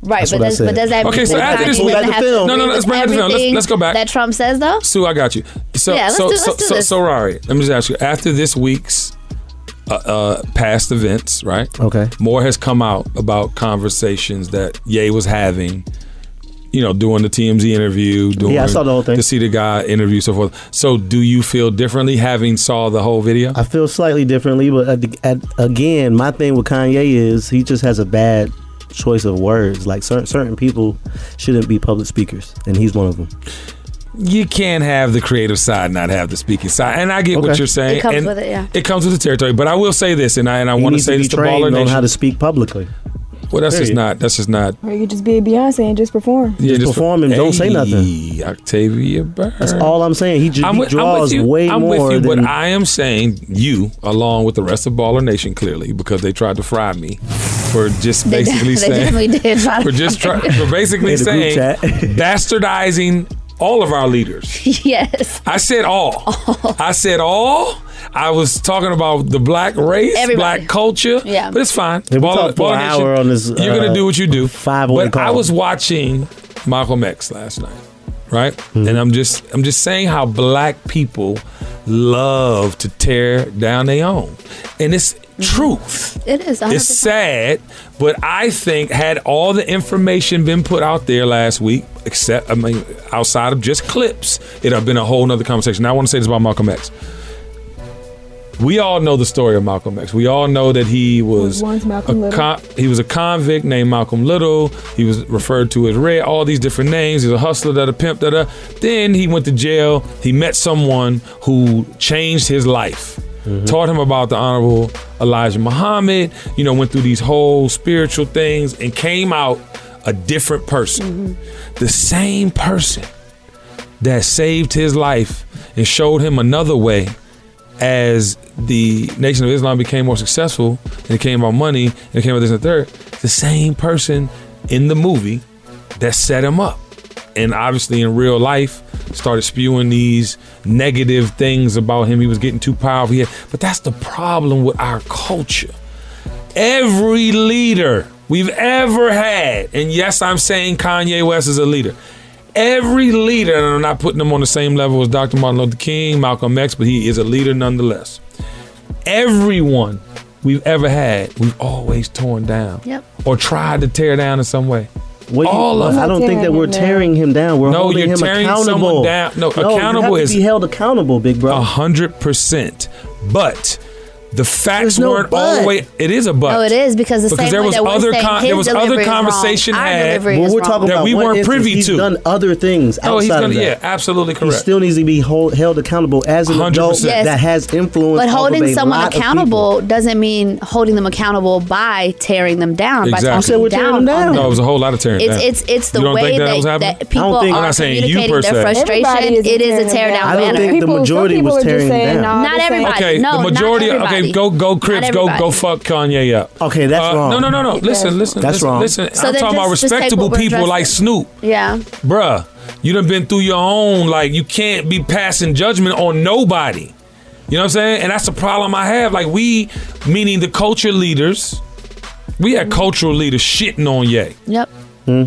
S8: right.
S2: that's
S8: But
S2: what I
S8: does, but
S2: said.
S8: does that
S1: Okay,
S8: mean
S1: so
S8: that
S1: after
S8: Kanye
S1: this,
S2: Go back
S8: doesn't
S2: to
S8: have
S2: film.
S8: agree
S2: No,
S1: no,
S8: with
S1: let's bring it to film. Let's-
S8: everything
S1: let's go back.
S8: That Trump says though.
S1: Sue, I got you. So,
S8: Yeah, let's
S1: so,
S8: do-
S1: so,
S8: let's do
S1: so,
S8: this.
S1: so, Rari, let me just ask you. After this week's uh, uh, past events, right?
S2: Okay.
S1: More has come out about conversations that Ye was having. You know, doing the TMZ interview. Doing,
S2: Yeah, I saw the whole thing.
S1: To see the guy interview, so forth. So, do you feel differently having saw the whole video?
S2: I feel slightly differently, but at the, at, again, my thing with Kanye is he just has a bad choice of words. Like certain certain people shouldn't be public speakers, and he's one of them.
S1: you can't have the creative side and not have the speaking side. And I get what
S2: Okay.
S1: you're saying.
S8: It comes
S1: and
S8: with it, yeah.
S1: It comes with the territory. But I will say this, and I and I
S2: He
S1: want to
S2: needs
S1: say
S2: to be
S1: this to Baller
S2: trained on
S1: Nation.
S2: how to speak publicly.
S1: well, that's just
S2: Period.
S1: not. That's just not.
S9: Or you could just be a Beyonce and just perform.
S1: Yeah,
S2: perform and don't say nothing.
S1: Hey, Octavia Burr.
S2: That's all I'm saying. He, ju-
S1: I'm
S2: he
S1: with, I'm
S2: draws
S1: with you.
S2: way
S1: I'm
S2: more
S1: with you,
S2: than
S1: but I am saying you, along with the rest of Baller Nation, clearly because they tried to fry me for just
S8: They
S1: basically
S8: de- they
S1: saying
S8: definitely did try to
S1: for just try, for basically
S2: In the group
S1: saying
S2: chat.
S1: bastardizing all of our leaders.
S8: yes.
S1: I said all. I said all. I was talking about the black race,
S8: Everybody.
S1: black culture.
S8: Yeah.
S1: But it's fine.
S2: Yeah, we
S1: Baller-
S2: talked for
S1: Baller
S2: an
S1: Nation,
S2: hour on this,
S1: You're going
S2: uh,
S1: to do what you do.
S2: 5-1
S1: But I
S2: call.
S1: was watching Malcolm X last night, right?
S2: Mm-hmm.
S1: And I'm just I'm just saying how black people love to tear down their own. And it's
S8: Mm-hmm.
S1: truth.
S8: It is. 100%.
S1: It's sad, but I think had all the information been put out there last week, except I mean, outside of just clips, it'd have been a whole nother conversation. Now I want to say this about Malcolm X. We all know the story of Malcolm X. We all know that he was
S9: Once Malcolm
S1: a
S9: Little.
S1: he was a convict named Malcolm Little. He was referred to as Red. All these different names. He's a hustler, that a pimp, that a. Then he went to jail. He met someone who changed his life. Taught him about the Honorable Elijah Muhammad. You know, went through these whole spiritual things and came out a different person.
S9: Mm-hmm.
S1: The same person that saved his life and showed him another way as the Nation of Islam became more successful and it came about money and it came about this and the third, the same person in the movie that set him up. And obviously in real life started spewing these negative things about him. He was getting too powerful. Yeah. But that's the problem with our culture. Every leader we've ever had, and yes, I'm saying Kanye West is a leader. Every leader, and I'm not putting him on the same level as Dr. Martin Luther King, Malcolm X, but he is a leader nonetheless. Everyone we've ever had, we've always torn down
S8: Yep.
S1: or tried to tear down in some way.
S2: What you-
S1: all of
S2: I
S1: them.
S2: don't think that we're tearing him down. We're
S1: No,
S2: holding
S1: you're
S2: him
S1: tearing someone
S2: accountable.
S1: down. No,
S2: you
S1: accountable
S2: have to
S1: is- Uh,
S2: be held accountable, big bro.
S1: A hundred percent. But the facts
S2: There's no
S1: weren't all the
S2: but.
S1: way. It is a but.
S8: No, it is because the
S1: Because
S8: same
S1: there
S8: way
S1: was
S8: that we're
S1: other
S8: saying
S1: con-
S8: his
S1: there was other
S8: delivery is
S1: conversation
S8: wrong, our
S1: had-
S8: delivery
S2: but
S8: is
S2: we're
S8: wrong.
S2: talking
S1: That
S2: about
S1: we
S2: one
S1: weren't
S2: instance.
S1: privy
S2: He's
S1: to.
S2: done other things outside
S1: No, Oh, he's
S2: of
S1: gonna.
S2: that.
S1: Yeah, absolutely
S2: He
S1: correct.
S2: still needs to be hold, held accountable as an adult
S1: 100%.
S8: Yes.
S2: that has influence.
S8: But
S2: off of
S8: holding
S2: a
S8: someone
S2: lot of
S8: accountable doesn't mean holding them accountable by tearing them down.
S1: Exactly.
S8: By
S1: You said
S8: talking
S2: we're tearing
S8: down.
S2: them
S8: on
S2: down.
S1: no, it was a whole lot of tearing down.
S8: It's it's it's the
S1: You don't
S8: way
S1: think that
S8: that,
S1: was
S8: that,
S1: happening? I
S8: people
S2: don't think-
S8: are
S2: I'm
S1: not saying you
S8: communicating
S1: per
S8: their
S1: se.
S8: frustration.
S9: Everybody
S8: It is a tear down
S2: I don't
S8: banner.
S2: think the
S9: People- some
S2: majority was
S9: people are just
S2: tearing
S9: saying,
S2: down.
S9: "Nah,
S8: Not
S9: this ain't-
S8: everybody.
S1: Okay,
S8: No,
S1: the
S8: not
S1: majority.
S8: everybody.
S1: Okay, go go Crips,
S8: Not
S1: go go
S8: everybody.
S1: fuck Kanye up. Uh,
S2: Okay, that's wrong.
S1: No, no, no, no. Listen, listen,
S2: That's
S1: listen,
S2: wrong.
S1: Listen,
S8: So
S1: I'm
S8: then
S1: talking about
S8: just- just take
S1: respectable
S8: what we're
S1: people like
S8: addressing.
S1: Snoop,
S8: Yeah.
S1: bruh. You done been through your own. Like you can't be passing judgment on nobody. You know what I'm saying? And that's the problem I have. Like we, meaning the culture leaders, We had cultural leaders shitting on Ye.
S8: Yep.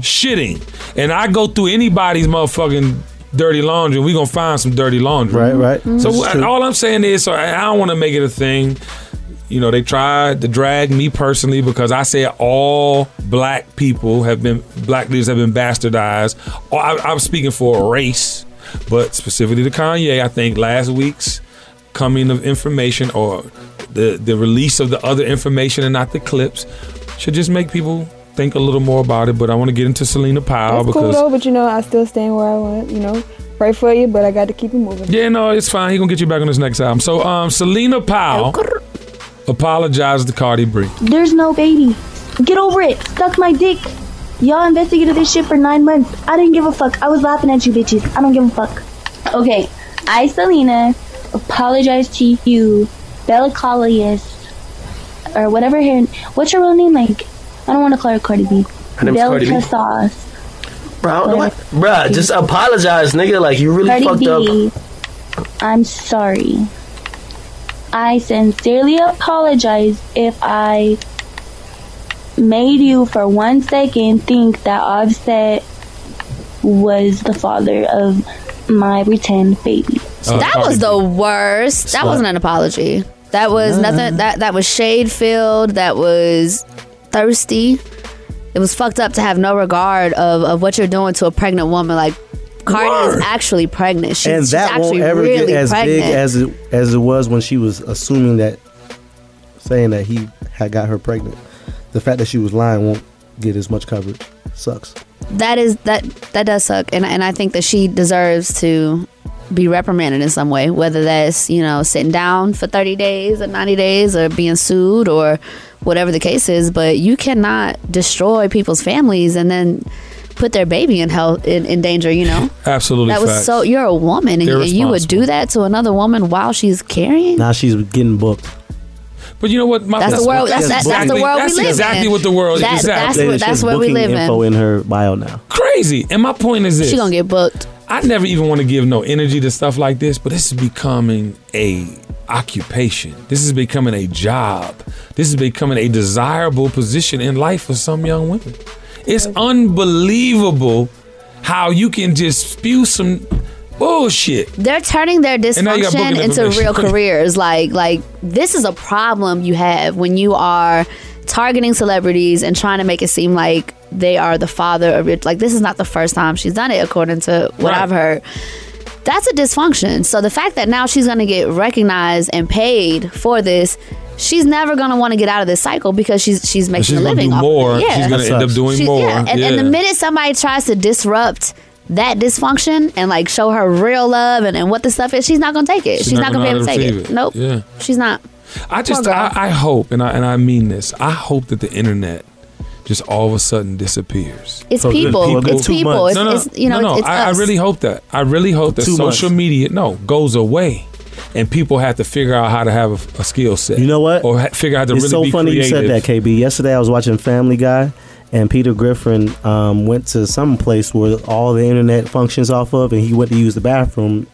S1: Shitting. And I go through anybody's motherfucking dirty laundry, we gonna find some dirty laundry.
S2: Right, right. Mhm.
S1: So
S2: That's
S1: what-
S2: true.
S1: all I'm saying is, so I I don't wanna make it a thing. You know, they tried to drag me personally because I said all black people have been, black leaders have been bastardized. Or I, I'm speaking for a race, but specifically to Kanye, I think last week's coming of information or the, the release of the other information and not the clips should just make people think a little more about it. But I want to get into Selena Powell
S9: That's cool
S1: because.
S9: though, but you know, I still stand where I want. You know, pray for you, but I got to keep it moving.
S1: Yeah, no, it's fine. He gonna get you back on this next album. So, um, Selena Powell apologized to Cardi B.
S11: There's no baby. Get over it. Suck my dick. Y'all investigated this shit for nine months. I didn't give a fuck. I was laughing at you bitches. I don't give a fuck. Okay, I, Selena, apologize to you, Bella Collius, or whatever her. What's your real name like? I don't want to call her Cardi B.
S12: Her name's
S11: Bella
S12: Cardi B.
S11: Casas.
S12: Bro, I don't know what- Bruh, just apologize, nigga. Like you really
S11: Cardi
S12: fucked
S11: B,
S12: up.
S11: am sorry. I sincerely apologize if I made you for one second think that Offset was the father of my returned baby.
S1: Oh,
S8: that
S1: Cardi
S8: was the worst. That
S11: Slut.
S8: wasn't an apology. That was nothing. That that was shade filled. That was thirsty. It was fucked up to have no regard of, of what you're doing to a pregnant woman. Like Cardi is actually pregnant. She's,
S2: and
S8: she's
S2: that
S8: actually
S2: won't ever
S8: really
S2: get as
S8: pregnant.
S2: big as it as it was when she was assuming that, saying that he had got her pregnant. The fact that she was lying won't get as much coverage. Sucks.
S8: that is that that does suck and and I think that she deserves to be reprimanded in some way whether that's you know sitting down for 30 days or 90 days or being sued or whatever the case is but you cannot destroy people's families and then put their baby in health in, in danger you know
S1: Absolutely,
S8: that was
S1: facts.
S8: so you're a woman and, and you would
S1: Irresponsible.
S8: do that to another woman while she's carrying
S2: Now she's getting booked.
S1: But you know what? My
S8: That's the world- that's-
S1: Yes,
S8: that's-
S1: exactly-
S8: that's the world we
S1: that's
S8: live in.
S1: exactly what the world.
S8: That-
S1: exactly.
S8: that's what- that's where we
S2: booking
S8: live in.
S2: info in her bio now.
S1: crazy. And my point is this:
S8: she gonna get booked
S1: I never even want to give no energy to stuff like this, but this is becoming a occupation. This is becoming a job. This is becoming a desirable position in life for some young women. It's unbelievable how you can just spew some bullshit.
S8: they're turning their
S1: And now you got
S8: dysfunction
S1: booking
S8: into
S1: information.
S8: real careers like like this is a problem you have when you are targeting celebrities and trying to make it seem like they are the father of your like this is not the first time she's done it according to what
S13: Right.
S8: i've heard that's a dysfunction so the fact that now she's going to get recognized and paid for this she's never going to want to get out of this cycle because she's she's making
S1: she's
S8: a
S1: gonna
S8: living
S1: do
S8: off of it.
S1: more.
S8: Yeah.
S1: She's gonna That end up sucks. doing
S8: She's-
S1: more.
S8: yeah. And, and the
S1: Yeah.
S8: minute somebody tries to disrupt that dysfunction and like show her real love and, and what the stuff is, she's not gonna take it. She's, not, gonna, be able to
S1: receive
S8: take it. Nope.
S1: Yeah.
S8: She's not.
S1: I just I, I hope and I and I mean this. I hope that the internet just all of a sudden disappears.
S8: It's So people. good. It's Two people. months. It's-
S1: No, no,
S8: it's- you know,
S1: no, no.
S8: it's- it's
S1: I, I
S8: us.
S1: really hope that. I really hope that
S2: Two months.
S1: social media no goes away, and people have to figure out how to have a, a skill set. You know what? Or ha- figure out how to
S2: it's so
S1: really be
S2: funny
S1: creative.
S2: you said that, KB. Yesterday I was watching Family Guy, and Peter Griffin um, went to some place where all the internet functions off of, and he went to use the bathroom,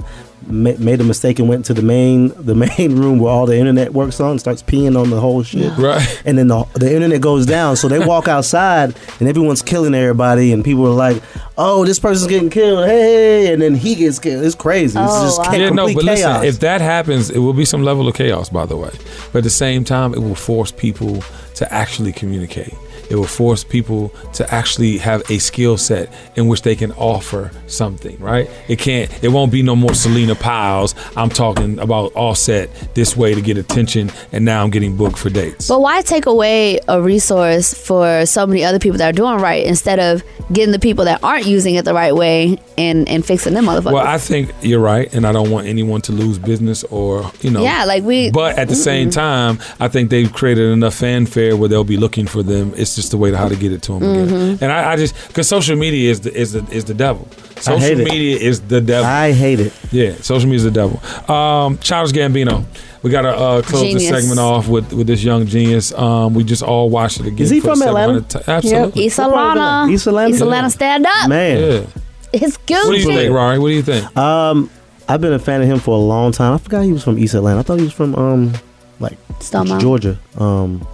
S2: ma- made a mistake, and went to the main the main room where all the internet works on, starts peeing on the whole shit,
S1: right?
S2: And then the, the internet goes down, so they walk outside, and everyone's killing everybody, and people are like, "Oh, this person's getting killed, hey!" And then he gets killed. It's crazy. it's just ca-
S1: yeah, no,
S2: complete
S1: but
S2: chaos.
S1: listen, if that happens, it will be some level of chaos, by the way. But at the same time, it will force people to actually communicate. It will force people to actually have a skill set in which they can offer something, right? It can't, it won't be no more Selena Piles. I'm talking about offset this way to get attention, and now I'm getting booked for dates.
S8: But why take away a resource for so many other people that are doing right instead of getting the people that aren't using it the right way and and fixing them motherfuckers?
S1: Well, I think you're right, and I don't want anyone to lose business or you know.
S8: Yeah, like we-
S1: But at the same
S8: Mm-mm.
S1: time, I think they've created enough fanfare where they'll be looking for them. It's just the way to how to get it to them again.
S2: Mhm.
S8: Mm-hmm.
S1: And I, I just because social media is the is the is the devil.
S2: I hate
S1: Social
S2: it.
S1: media is the devil.
S2: I hate it.
S1: Yeah, social media is the devil. Um, Childish Gambino. We gotta uh, close this
S8: Genius.
S1: segment off with with this young genius. Um, we just all watched it again.
S2: Is he
S1: for the
S2: from Atlanta?
S1: 700 ti- Absolutely.
S8: East Atlanta.
S2: East Atlanta.
S8: East Atlanta, stand up.
S1: Yeah.
S8: It's Gucci.
S1: What do you think, Rari? What do you think?
S2: Um, I've been a fan of him for a long time. I forgot he was from East Atlanta. I thought he was from um, like
S8: Stone Mountain.
S2: Georgia. Um,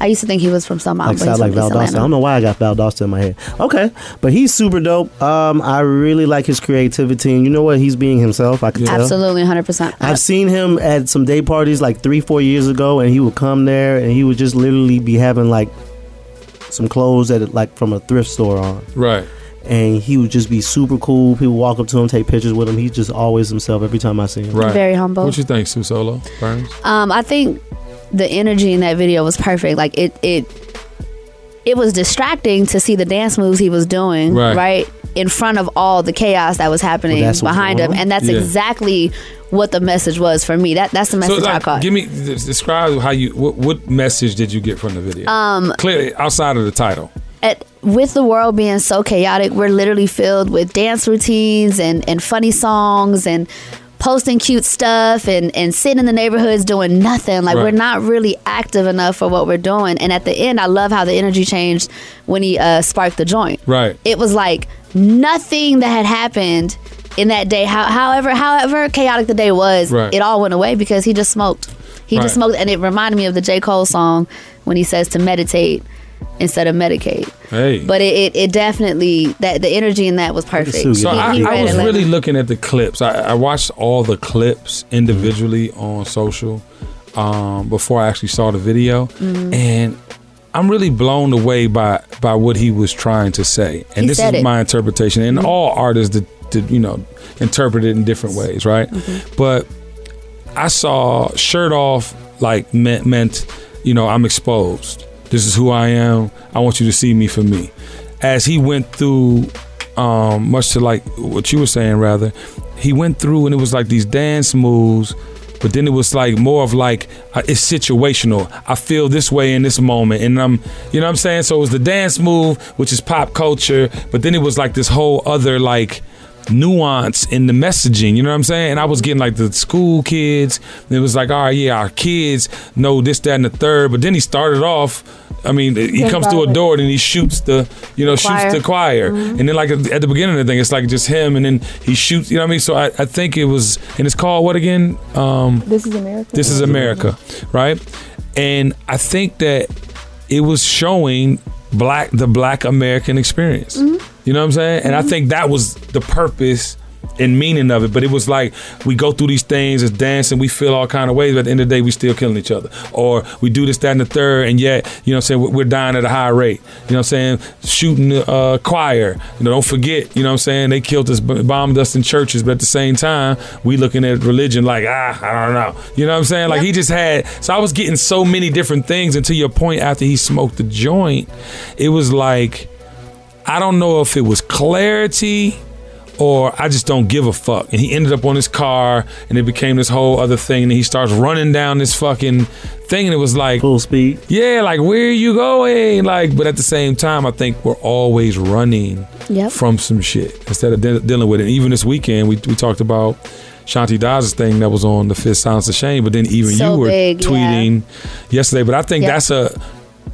S8: I used to think he was from some
S2: like
S8: out, but
S2: sound
S8: he's
S2: like
S8: from East
S2: Valdosta. I
S8: Atlanta.
S2: don't know why I got Valdosta in my head. Okay, but he's super dope. Um, I really like his creativity, and you know what? He's being himself. I can tell.
S8: Absolutely, hundred percent.
S2: I've seen him at some day parties like three, four years ago, and he would come there and he would just literally be having like some clothes that like from a thrift store on.
S1: Right.
S2: And he would just be super cool. People walk up to him, take pictures with him. He's just always himself every time I see him.
S8: Right. Very humble.
S1: What you think, Sue Solo? Burns?
S8: Um, I think the energy in that video was perfect. Like it, it, it was distracting to see the dance moves he was doing
S13: Right.
S8: right, in front of all the chaos that was happening
S1: that's what's
S8: behind
S1: going
S8: him,
S1: on?
S8: and that's
S1: Yeah.
S8: exactly what the message was for me. That that's the message I caught.
S1: give me d- describe how you what, what message did you get from the video?
S8: Um,
S1: Clearly, outside of the title,
S8: at with the world being so chaotic, we're literally filled with dance routines and, and funny songs and posting cute stuff and, and sitting in the neighborhoods doing nothing. Like
S14: Right.
S8: we're not really active enough for what we're doing. And at the end, I love how the energy changed when he uh, sparked the joint.
S1: right?
S8: It was like nothing that had happened in that day. How, however, however chaotic the day was,
S1: Right.
S8: it all went away because he just smoked. He
S1: Right.
S8: just smoked, and it reminded me of the J Cole song when he says to meditate instead of medicate.
S1: Hey,
S8: But it, it, it definitely that the energy in that was perfect.
S1: So
S8: He-
S1: I,
S8: he
S1: I
S8: read
S1: was
S8: it like-
S1: really looking at the clips. I, I watched all the clips individually on social um, before I actually saw the video,
S15: Mhm.
S8: Mm-hmm.
S1: and I'm really blown away by by what he was trying to say. And
S15: He
S1: this is
S15: said it.
S1: my interpretation. And
S8: Mm-hmm.
S1: all artists that, that you know interpret it in different ways, right?
S8: Mm-hmm.
S1: But I saw shirt off like meant, meant you know I'm exposed. This is who I am. I want you to see me for me. As he went through, um, much to like what you were saying, rather, he went through and it was like these dance moves, but then it was like more of like uh, it's situational. I feel this way in this moment, and I'm, you know, what I'm saying. So it was the dance move, which is pop culture, but then it was like this whole other like nuance in the messaging. You know what I'm saying? And I was getting like the school kids. And it was like, all right, yeah, our kids know this, that, and the third. But then he started off. I mean, he
S15: Gun
S1: comes through a
S15: violence.
S1: door and he shoots the, you know,
S15: Choir.
S1: shoots the choir.
S15: Mhm.
S1: And then like at the beginning of the thing, it's like just him. And then he shoots. You know what I mean? So I, I think it was, and it's called what again? Um,
S9: This is America.
S1: this is America, right? And I think that it was showing black the black American experience. You know what I'm saying? And I think that was the purpose and meaning of it. But it was like we go through these things as dance and we feel all kind of ways, but at the end of the day we still killing each other. Or we do this, that, and the third, and yet, you know what I'm saying, we- we're dying at a high rate. You know what I'm saying? Shooting the uh, choir. You know, don't forget, you know what I'm saying? They killed us, b- bombed us in churches, but at the same time, we looking at religion like, ah, I don't know. You know what I'm saying? Like he just had so I was getting so many different things and to your point after he smoked the joint, it was like I don't know if it was clarity or I just don't give a fuck. And he ended up on his car and it became this whole other thing. And he starts running down this fucking thing. And it was like
S2: full speed.
S1: Yeah, like where you going? Like, but at the same time, I think we're always running
S8: Yep.
S1: from some shit instead of de- dealing with it. And even this weekend, we, we talked about Shanti Dodge's thing that was on the Fifth Silence of Shame, but then even
S8: So
S1: you were
S8: big, yeah.
S1: tweeting yesterday. But I think
S8: Yep.
S1: that's a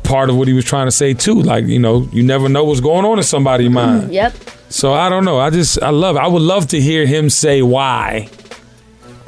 S1: part of what he was trying to say too. Like, you know, you never know what's going on in somebody's mind.
S8: Yep.
S1: So I don't know. I just I love. I would love to hear him say why.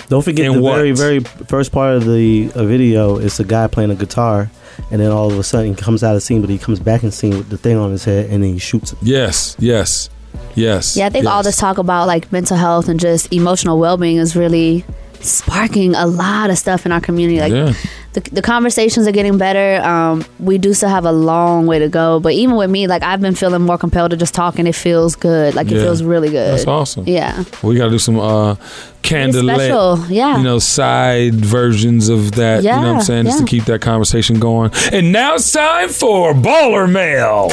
S2: Don't forget
S1: And
S2: the
S1: what?
S2: very, very first part of the uh, video is a guy playing a guitar, and then all of a sudden he comes out of scene, but he comes back in scene with the thing on his head, and then he shoots him.
S1: Yes, yes, yes.
S8: Yeah, I think
S1: yes.
S8: all this talk about like mental health and just emotional well being is really sparking a lot of stuff in our community. Like
S1: Yeah.
S8: the, the conversations are getting better. Um, we do still have a long way to go, but even with me, like I've been feeling more compelled to just talk, and it feels good. Like it
S1: Yeah.
S8: feels really good.
S1: That's awesome.
S8: Yeah.
S1: We got to do some uh, candlelit,
S8: special, yeah.
S1: you know, side versions of that. you know what
S8: Yeah,
S1: I'm saying, just to
S8: yeah.
S1: keep that conversation going. And now it's time for baller mail.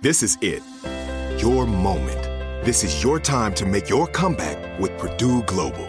S6: This is it. Your moment. This is your time to make your comeback with Purdue Global.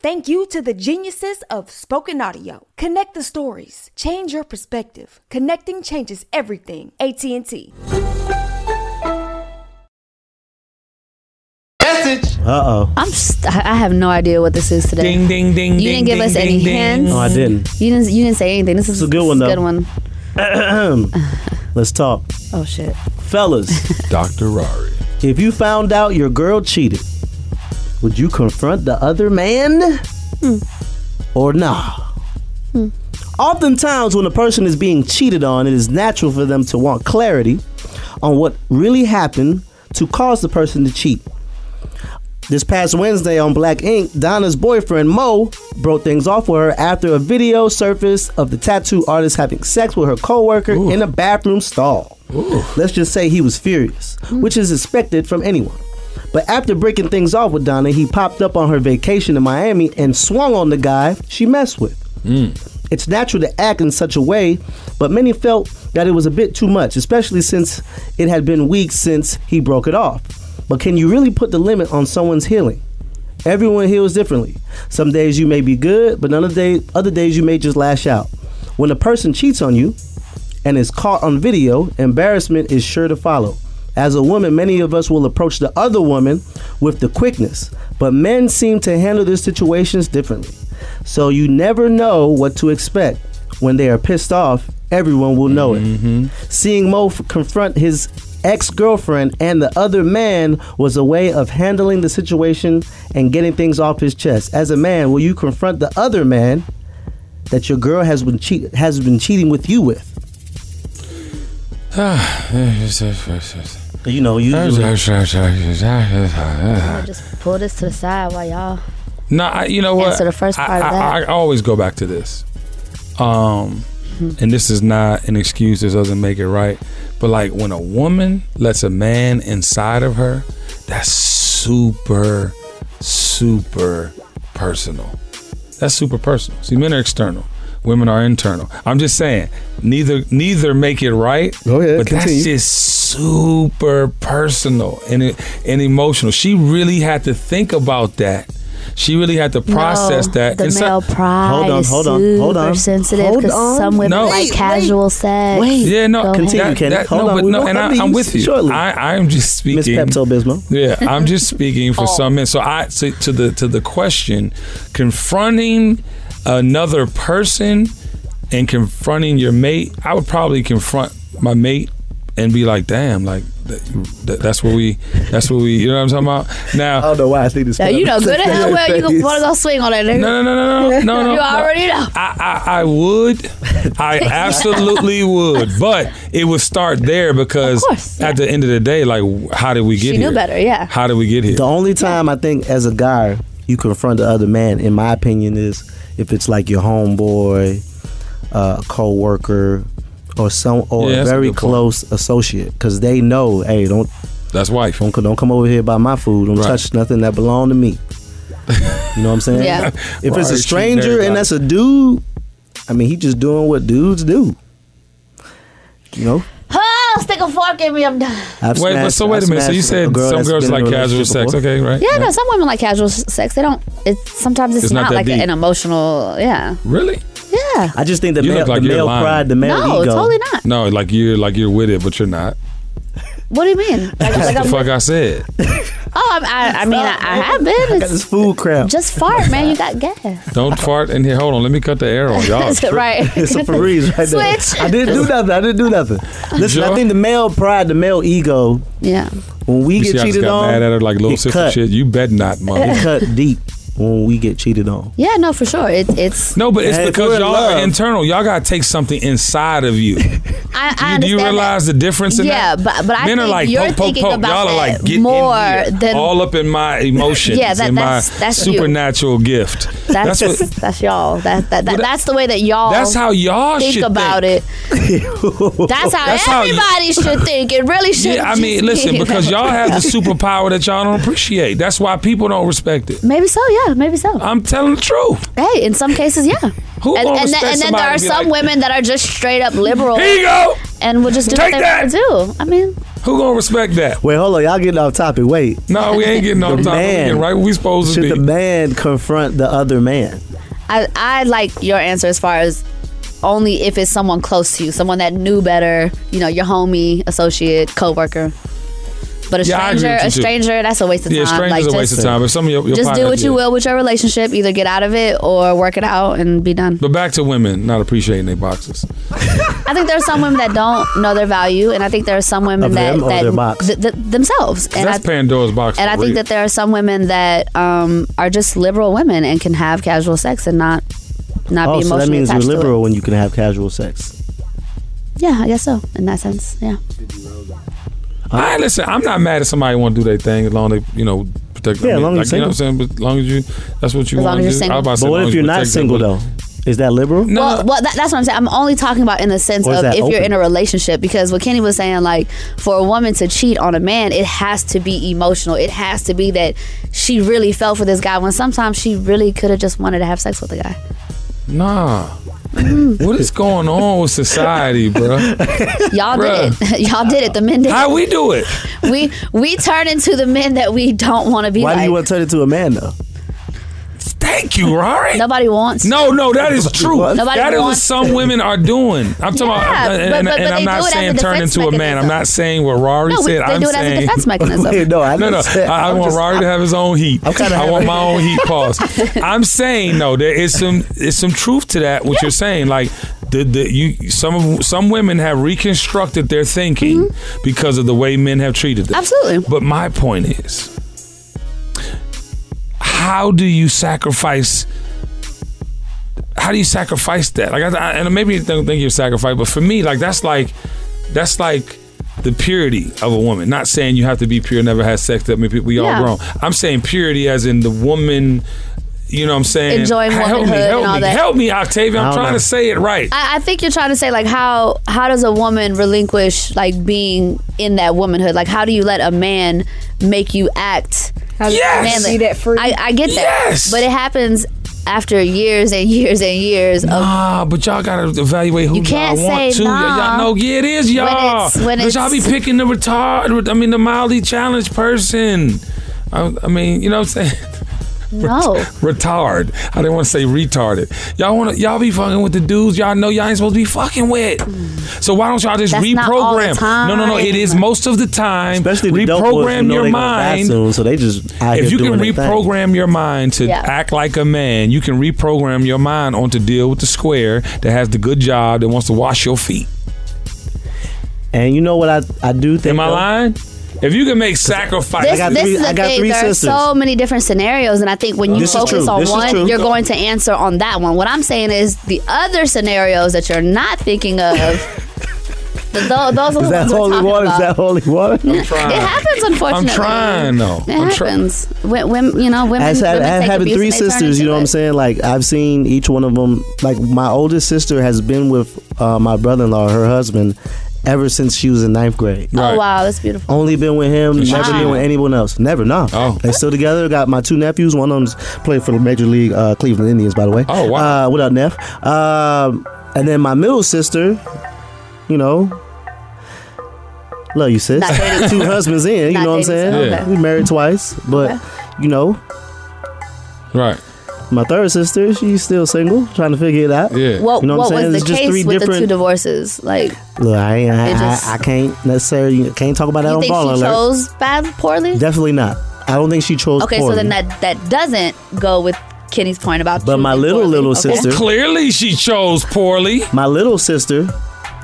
S7: Thank you to the geniuses of spoken audio. Connect the stories. Change your perspective. Connecting changes everything. AT&T.
S2: Uh oh.
S8: I'm st- I I have no idea what this is today.
S2: Ding, ding, ding,
S8: You
S2: ding,
S8: didn't give
S2: ding,
S8: us
S2: ding,
S8: any
S2: ding.
S8: hints.
S2: No, I didn't.
S8: You didn't. You didn't say anything. This is
S2: a good one,
S8: this is a
S2: though.
S8: Good one.
S2: Let's talk.
S8: Oh shit.
S2: Fellas.
S1: Dr. Rari.
S2: If you found out your girl cheated, would you confront the other man?
S1: Mm.
S2: Or nah?
S8: Hmm.
S2: Oftentimes, when a person is being cheated on, it is natural for them to want clarity on what really happened to cause the person to cheat. This past Wednesday on Black Ink, Donna's boyfriend Mo broke things off with her after a video surfaced of the tattoo artist having sex with her coworker in a bathroom stall. Let's just say he was furious, which is expected from anyone. But after breaking things off with Donna, he popped up on her vacation in Miami and swung on the guy she messed with. It's natural to act in such a way, but many felt that it was a bit too much, especially since it had been weeks since he broke it off. But can you really put the limit on someone's healing? Everyone heals differently. Some days you may be good, but other, day, other days you may just lash out. When a person cheats on you and is caught on video, embarrassment is sure to follow. As a woman, many of us will approach the other woman with the quickness, but men seem to handle their situations differently. So you never know what to expect. When they are pissed off, everyone will know it. Seeing Mo f- confront his ex girlfriend and the other man was a way of handling the situation and getting things off his chest. As a man, will you confront the other man that your girl has been cheat has been cheating with you with? You know,
S8: I'm gonna just pull this to the side while y'all.
S1: No, I, you know what?
S8: Answer the first part
S1: I,
S8: of that. Hmm.
S1: I, I always go back to this, um, and this is not an excuse. This doesn't make it right. But like when a woman lets a man inside of her, that's super, super personal. That's super personal. See, men are external. Women are internal. I'm just saying, neither neither make it right. Go ahead, but
S2: continue.
S1: that's just super personal and it, and emotional. She really had to think about that. She really had to process
S8: No,
S1: that.
S8: The
S1: and so-
S8: male pride
S1: Hold on,
S8: is
S1: hold on, hold
S8: super
S1: on.
S8: sensitive
S1: Hold
S8: because
S1: on.
S8: some women
S1: No.
S8: like
S1: Wait,
S8: casual sex.
S1: Yeah, no,
S8: Go
S1: that-
S8: ahead.
S1: that- no, but no, and I, I'm with you. I, I'm just speaking. Miss Pepto
S2: Bismol.
S1: Yeah, I'm just speaking for
S8: Oh.
S1: some men. So I to, to the to the question, confronting another person and confronting your mate. I would probably confront my mate and be like, "Damn, like that, that, that's what we, that's what we." You know what I'm talking about? Now I don't
S2: know why I think this.
S8: So you know good and hell well you can want to go swing on that nigga.
S1: No, no, no, no, no, no, no.
S8: you already know.
S1: I, I, I would. I absolutely would. But it would start there because at the end of the day, like, w- how did we get here?
S8: yeah.
S1: How did we get here?
S2: The only time I think as a guy you confront the other man, in my opinion, is if it's like your homeboy, uh, co-worker, or some or a
S1: Yeah, that's a
S2: very
S1: good point.
S2: close associate, because they know, hey, don't
S1: that's wife.
S2: Don't, don't come over here by my food. Don't
S1: Right.
S2: touch nothing that belong to me. You know what I'm saying?
S1: Yeah.
S2: If it's
S1: Right,
S2: a stranger
S1: everybody.
S2: and that's a dude, I mean, he just doing what dudes do. You know.
S8: Oh, stick a fork in me. I'm done.
S2: I've
S1: Wait, but
S2: smashed-
S1: so wait
S2: I've
S1: a minute. So
S2: smashed
S1: you
S2: a
S1: said
S2: girl
S1: some
S2: that's
S1: girls
S2: been in
S1: like
S2: a
S1: casual
S2: relationship
S1: sex,
S2: before.
S1: okay, right?
S8: Yeah, no. Some women like casual s- sex. They don't it's sometimes it's,
S1: It's not
S8: not,
S1: that
S8: like
S1: deep.
S8: an emotional. Yeah.
S1: Really?
S8: Yeah.
S2: I just think the
S1: You
S2: male,
S1: look like
S2: the
S1: you're
S2: male
S1: lying.
S2: pride, the male
S8: No,
S2: ego.
S8: totally not.
S1: No, like you're like you're with it, but you're not.
S8: What do you mean? Like,
S1: That's
S8: like
S1: what the
S8: I'm-
S1: fuck I said.
S8: oh, I'm, I, I mean, I, I have been. It's-
S2: food crap.
S8: just fart, man. You got gas.
S1: Don't fart in here. Hold on, let me cut the air on y'all.
S8: Is it right?
S2: it's a Febreze right there.
S8: Switch.
S2: I didn't do nothing. I didn't do nothing. Listen, I
S1: Sure.
S2: think the male pride, the male ego,
S8: Yeah.
S2: when we
S1: You see,
S2: get
S1: I just
S2: cheated
S1: got
S2: on,
S1: mad at her like little
S2: it
S1: sister
S2: cut.
S1: shit. You bet not, mom.
S2: It cut deep when we get cheated on.
S8: Yeah, no, for sure. It, it's.
S1: No, but it's
S2: Hey, if we're
S1: because
S2: in
S1: y'all
S2: love-
S1: are internal. Y'all gotta take something inside of you.
S8: I, I
S1: Do you
S8: understand
S1: realize
S8: that.
S1: the difference in
S8: yeah,
S1: that?
S8: but but I
S1: Men
S8: think
S1: are like
S8: you're
S1: poke, poke,
S8: thinking
S1: poke.
S8: about
S1: y'all are like
S8: that
S1: get in
S8: more
S1: here,
S8: than
S1: all up in my emotions
S8: Yeah, that-
S1: and my
S8: that's- that's you.
S1: supernatural gift.
S8: That's
S1: that's what,
S8: that's, y'all. That, that, that that's the way that y'all.
S1: That's how y'all
S8: think
S1: should
S8: about it. That's how
S1: That's how y-
S8: everybody should think. It really should.
S1: yeah, I mean, listen, because y'all have the superpower that y'all don't appreciate. That's why people don't respect it.
S8: Maybe so, yeah. Maybe so.
S1: I'm telling the truth.
S8: Hey, in some cases, yeah.
S1: Who
S8: and
S1: gonna
S8: and,
S1: respect
S8: then- and then
S1: somebody
S8: there are
S1: to be
S8: some
S1: like-
S8: women that are just straight up liberal.
S1: Here you go.
S8: And will just do
S1: Take
S8: what they
S1: that.
S8: want to do. I mean,
S1: Who gonna respect that?
S2: Wait, hold on. Y'all getting off topic. Wait.
S1: No, we ain't getting off
S2: The
S1: topic. We
S2: man.
S1: getting right where we supposed to
S2: Should
S1: be.
S2: the man confront the other man?
S8: I I like your answer as far as only if it's someone close to you, someone that knew better. You know, your homie, associate, coworker. But a
S1: Yeah, I agree
S8: stranger,
S1: with you
S8: a
S1: too.
S8: stranger, that's a waste of
S1: yeah,
S8: time.
S1: strangers
S8: Like,
S1: a waste
S8: just-
S1: of time. If some of your, your
S8: just do
S1: partner
S8: what you
S1: did.
S8: will with your relationship. Either get out of it or work it out and be done.
S1: But back to women not appreciating their boxes.
S8: I think there are some women that don't know their value, and I think there are some women
S1: Of
S8: that
S1: them or
S8: that
S1: their box?
S8: th- th- themselves.
S1: 'Cause
S8: And I,
S1: that's Pandora's box.
S8: and
S1: for
S8: I think
S1: real.
S8: that there are some women that um, are just liberal women and can have casual sex and not not
S2: oh,
S8: be emotionally
S2: so that means you're
S8: attached to it.
S2: liberal when you can have casual sex.
S8: Yeah, I guess so. In that sense, yeah.
S1: I listen. I'm not mad at somebody want to do their thing as long as they, you know, protect.
S2: Yeah, as long
S1: like,
S2: as
S1: you
S2: you're
S1: know what I'm saying. But as long as you, that's what you
S8: As
S1: want
S8: long
S1: to
S8: as you're
S1: do.
S8: single.
S1: I was about to say,
S2: But what
S1: as long
S2: if
S1: as you
S2: you're not
S1: protect them,
S2: single
S1: but-
S2: though? Is that liberal?
S8: Well, well that, that's what I'm saying. I'm only talking about in the sense
S2: Or is
S8: of if
S2: that
S8: you're
S2: open?
S8: in a relationship because what Kenny was saying, like for a woman to cheat on a man, it has to be emotional. It has to be that she really fell for this guy when sometimes she really could have just wanted to have sex with the guy.
S1: Nah. what is going on with society, bro?
S8: Y'all did it. Y'all did it. The men did.
S1: How we do it?
S8: it. We we turn into the men that we don't want to be
S2: Why do
S8: like.
S2: you want to turn it to a man though?
S1: Thank you, Rari.
S8: Nobody wants.
S1: No, no, that is
S2: Nobody
S1: true.
S2: wants
S8: Nobody
S1: That is what
S8: wants
S1: some women are doing. I'm talking
S8: Yeah,
S1: about, and,
S8: but-
S1: and-
S8: but-
S1: and
S8: but
S1: I'm
S8: they
S1: not
S8: do it as a
S1: saying turn
S8: defense
S1: into a man.
S8: mechanism.
S1: I'm not saying what Rari
S8: No, we-
S1: said.
S8: they
S1: I'm
S8: do it as a
S1: saying,
S8: defense mechanism.
S2: Wait, no, I
S1: no, no.
S2: understand.
S1: I, I
S2: I'm
S1: want
S2: just-
S1: Rari to have his own heat.
S2: I'm kinda
S1: I want
S2: happy.
S1: my own heat. Pause. I'm saying though, there is some is some truth to that. What you're saying, like the the you some of, some women have reconstructed their thinking
S2: Mm-hmm.
S1: because of the way men have treated them.
S8: Absolutely.
S1: But my point is, how do you sacrifice? How do you sacrifice that? Like, I, I, and maybe you don't think you're sacrificed, but for me, like that's like that's like the purity of a woman. Not saying you have to be pure, never had sex. That many people we
S8: Yeah.
S1: all grown. I'm saying purity as in the woman. You know what I'm saying?
S8: Enjoying
S1: help me,
S8: womanhood
S1: help
S8: and all
S1: me,
S8: that.
S1: help me, Octavia.
S2: I
S1: I'm
S2: don't
S1: trying
S2: know.
S1: to say it right.
S8: I, I think you're trying to say like how how does a woman relinquish like being in that womanhood? Like how do you let a man make you act
S9: How does
S1: Yes!
S9: man see that free?
S8: I, I get that.
S1: Yes!
S8: But it happens after years and years and years of
S1: Ah, but y'all gotta evaluate who
S8: You can't
S1: y'all want
S8: say
S1: to. Y'all-
S8: nah.
S1: Y'all know, yeah, it is
S8: When
S1: y'all.
S8: it's- when
S1: But y'all be
S8: it's-
S1: picking the retard. I mean, the mildly challenged person. I, I mean, you know what I'm saying?
S8: no.
S1: Retard. I didn't want to say retarded. Y'all want to y'all be fucking with the dudes y'all know y'all ain't supposed to be fucking with. So why don't y'all just
S8: That's not all the
S1: reprogram? no, no, no. It is
S8: time.
S1: most of the time.
S2: Especially the dope boys who
S1: reprogram
S2: know
S1: your
S2: they gonna die
S1: mind
S2: soon, so they just out
S1: if
S2: here
S1: you can
S2: doing their thing.
S1: reprogram your mind to
S8: Yeah.
S1: act like a man, you can reprogram your mind on to deal with the square that has the good job that wants to wash your feet.
S2: And you know what I I do think
S1: Am I
S2: though?
S1: lying? If you can make sacrifice,
S8: This,
S2: got
S8: this
S2: three-
S8: is the
S2: I got
S8: thing.
S2: three
S8: There
S2: sisters.
S8: are so many different scenarios, and I think when you
S2: This is
S8: focus
S2: true.
S8: on
S2: This is
S8: one,
S2: true.
S8: you're going to answer on that one. What I'm saying is the other scenarios that you're not thinking of. th- tho- those are
S2: Is
S8: the
S2: that
S8: ones we're
S2: holy
S8: talking
S2: water? Is
S8: about.
S2: that holy water?
S1: I'm trying.
S8: It happens,
S1: I'm
S8: unfortunately.
S1: trying though.
S8: It
S1: I'm try-
S8: happens. When, when you know, women,
S2: As,
S8: women
S2: as
S8: take
S2: having
S8: abuse
S2: three
S8: and they turn
S2: sisters, you
S8: into
S2: know what I'm
S8: it.
S2: saying? Like I've seen each one of them. Like my oldest sister has been with uh, my brother-in-law, her husband, ever since she was in ninth grade.
S8: Oh
S1: Right.
S8: wow, that's beautiful.
S2: Only been with him,
S1: she
S2: never been
S1: cheated?
S2: with anyone else. Never, no.
S1: Oh.
S2: They still together. Got my two nephews. One of them's played for the Major League uh, Cleveland Indians, by the way.
S1: Oh, wow.
S2: Uh, without Neff. Um, and then my middle sister, you know, love you, sis.
S8: Not dating.
S2: two husbands in, you
S8: Not
S2: know what I'm
S8: dating,
S2: saying?
S1: so, okay.
S2: We married twice, but, you know,
S1: Right.
S2: My third sister, she's still single, trying to figure it out.
S1: Yeah.
S8: What,
S2: Oh, you know
S8: what,
S2: what, I'm saying?
S8: was
S2: It's
S8: the
S2: just
S8: case
S2: three
S8: with the
S2: different.
S8: two divorces? Like,
S2: Look, I, ain't- I,
S8: It
S2: I-
S8: just-
S2: I can't necessarily can't talk about that
S8: you
S2: on
S8: think
S2: ball
S8: she
S2: alert.
S8: chose bad poorly?
S2: Definitely not. I don't think she chose.
S8: Okay, so
S2: poorly.
S8: then that that doesn't go with Kenny's point about.
S2: But my little little sister,
S1: clearly she chose poorly.
S2: My little sister,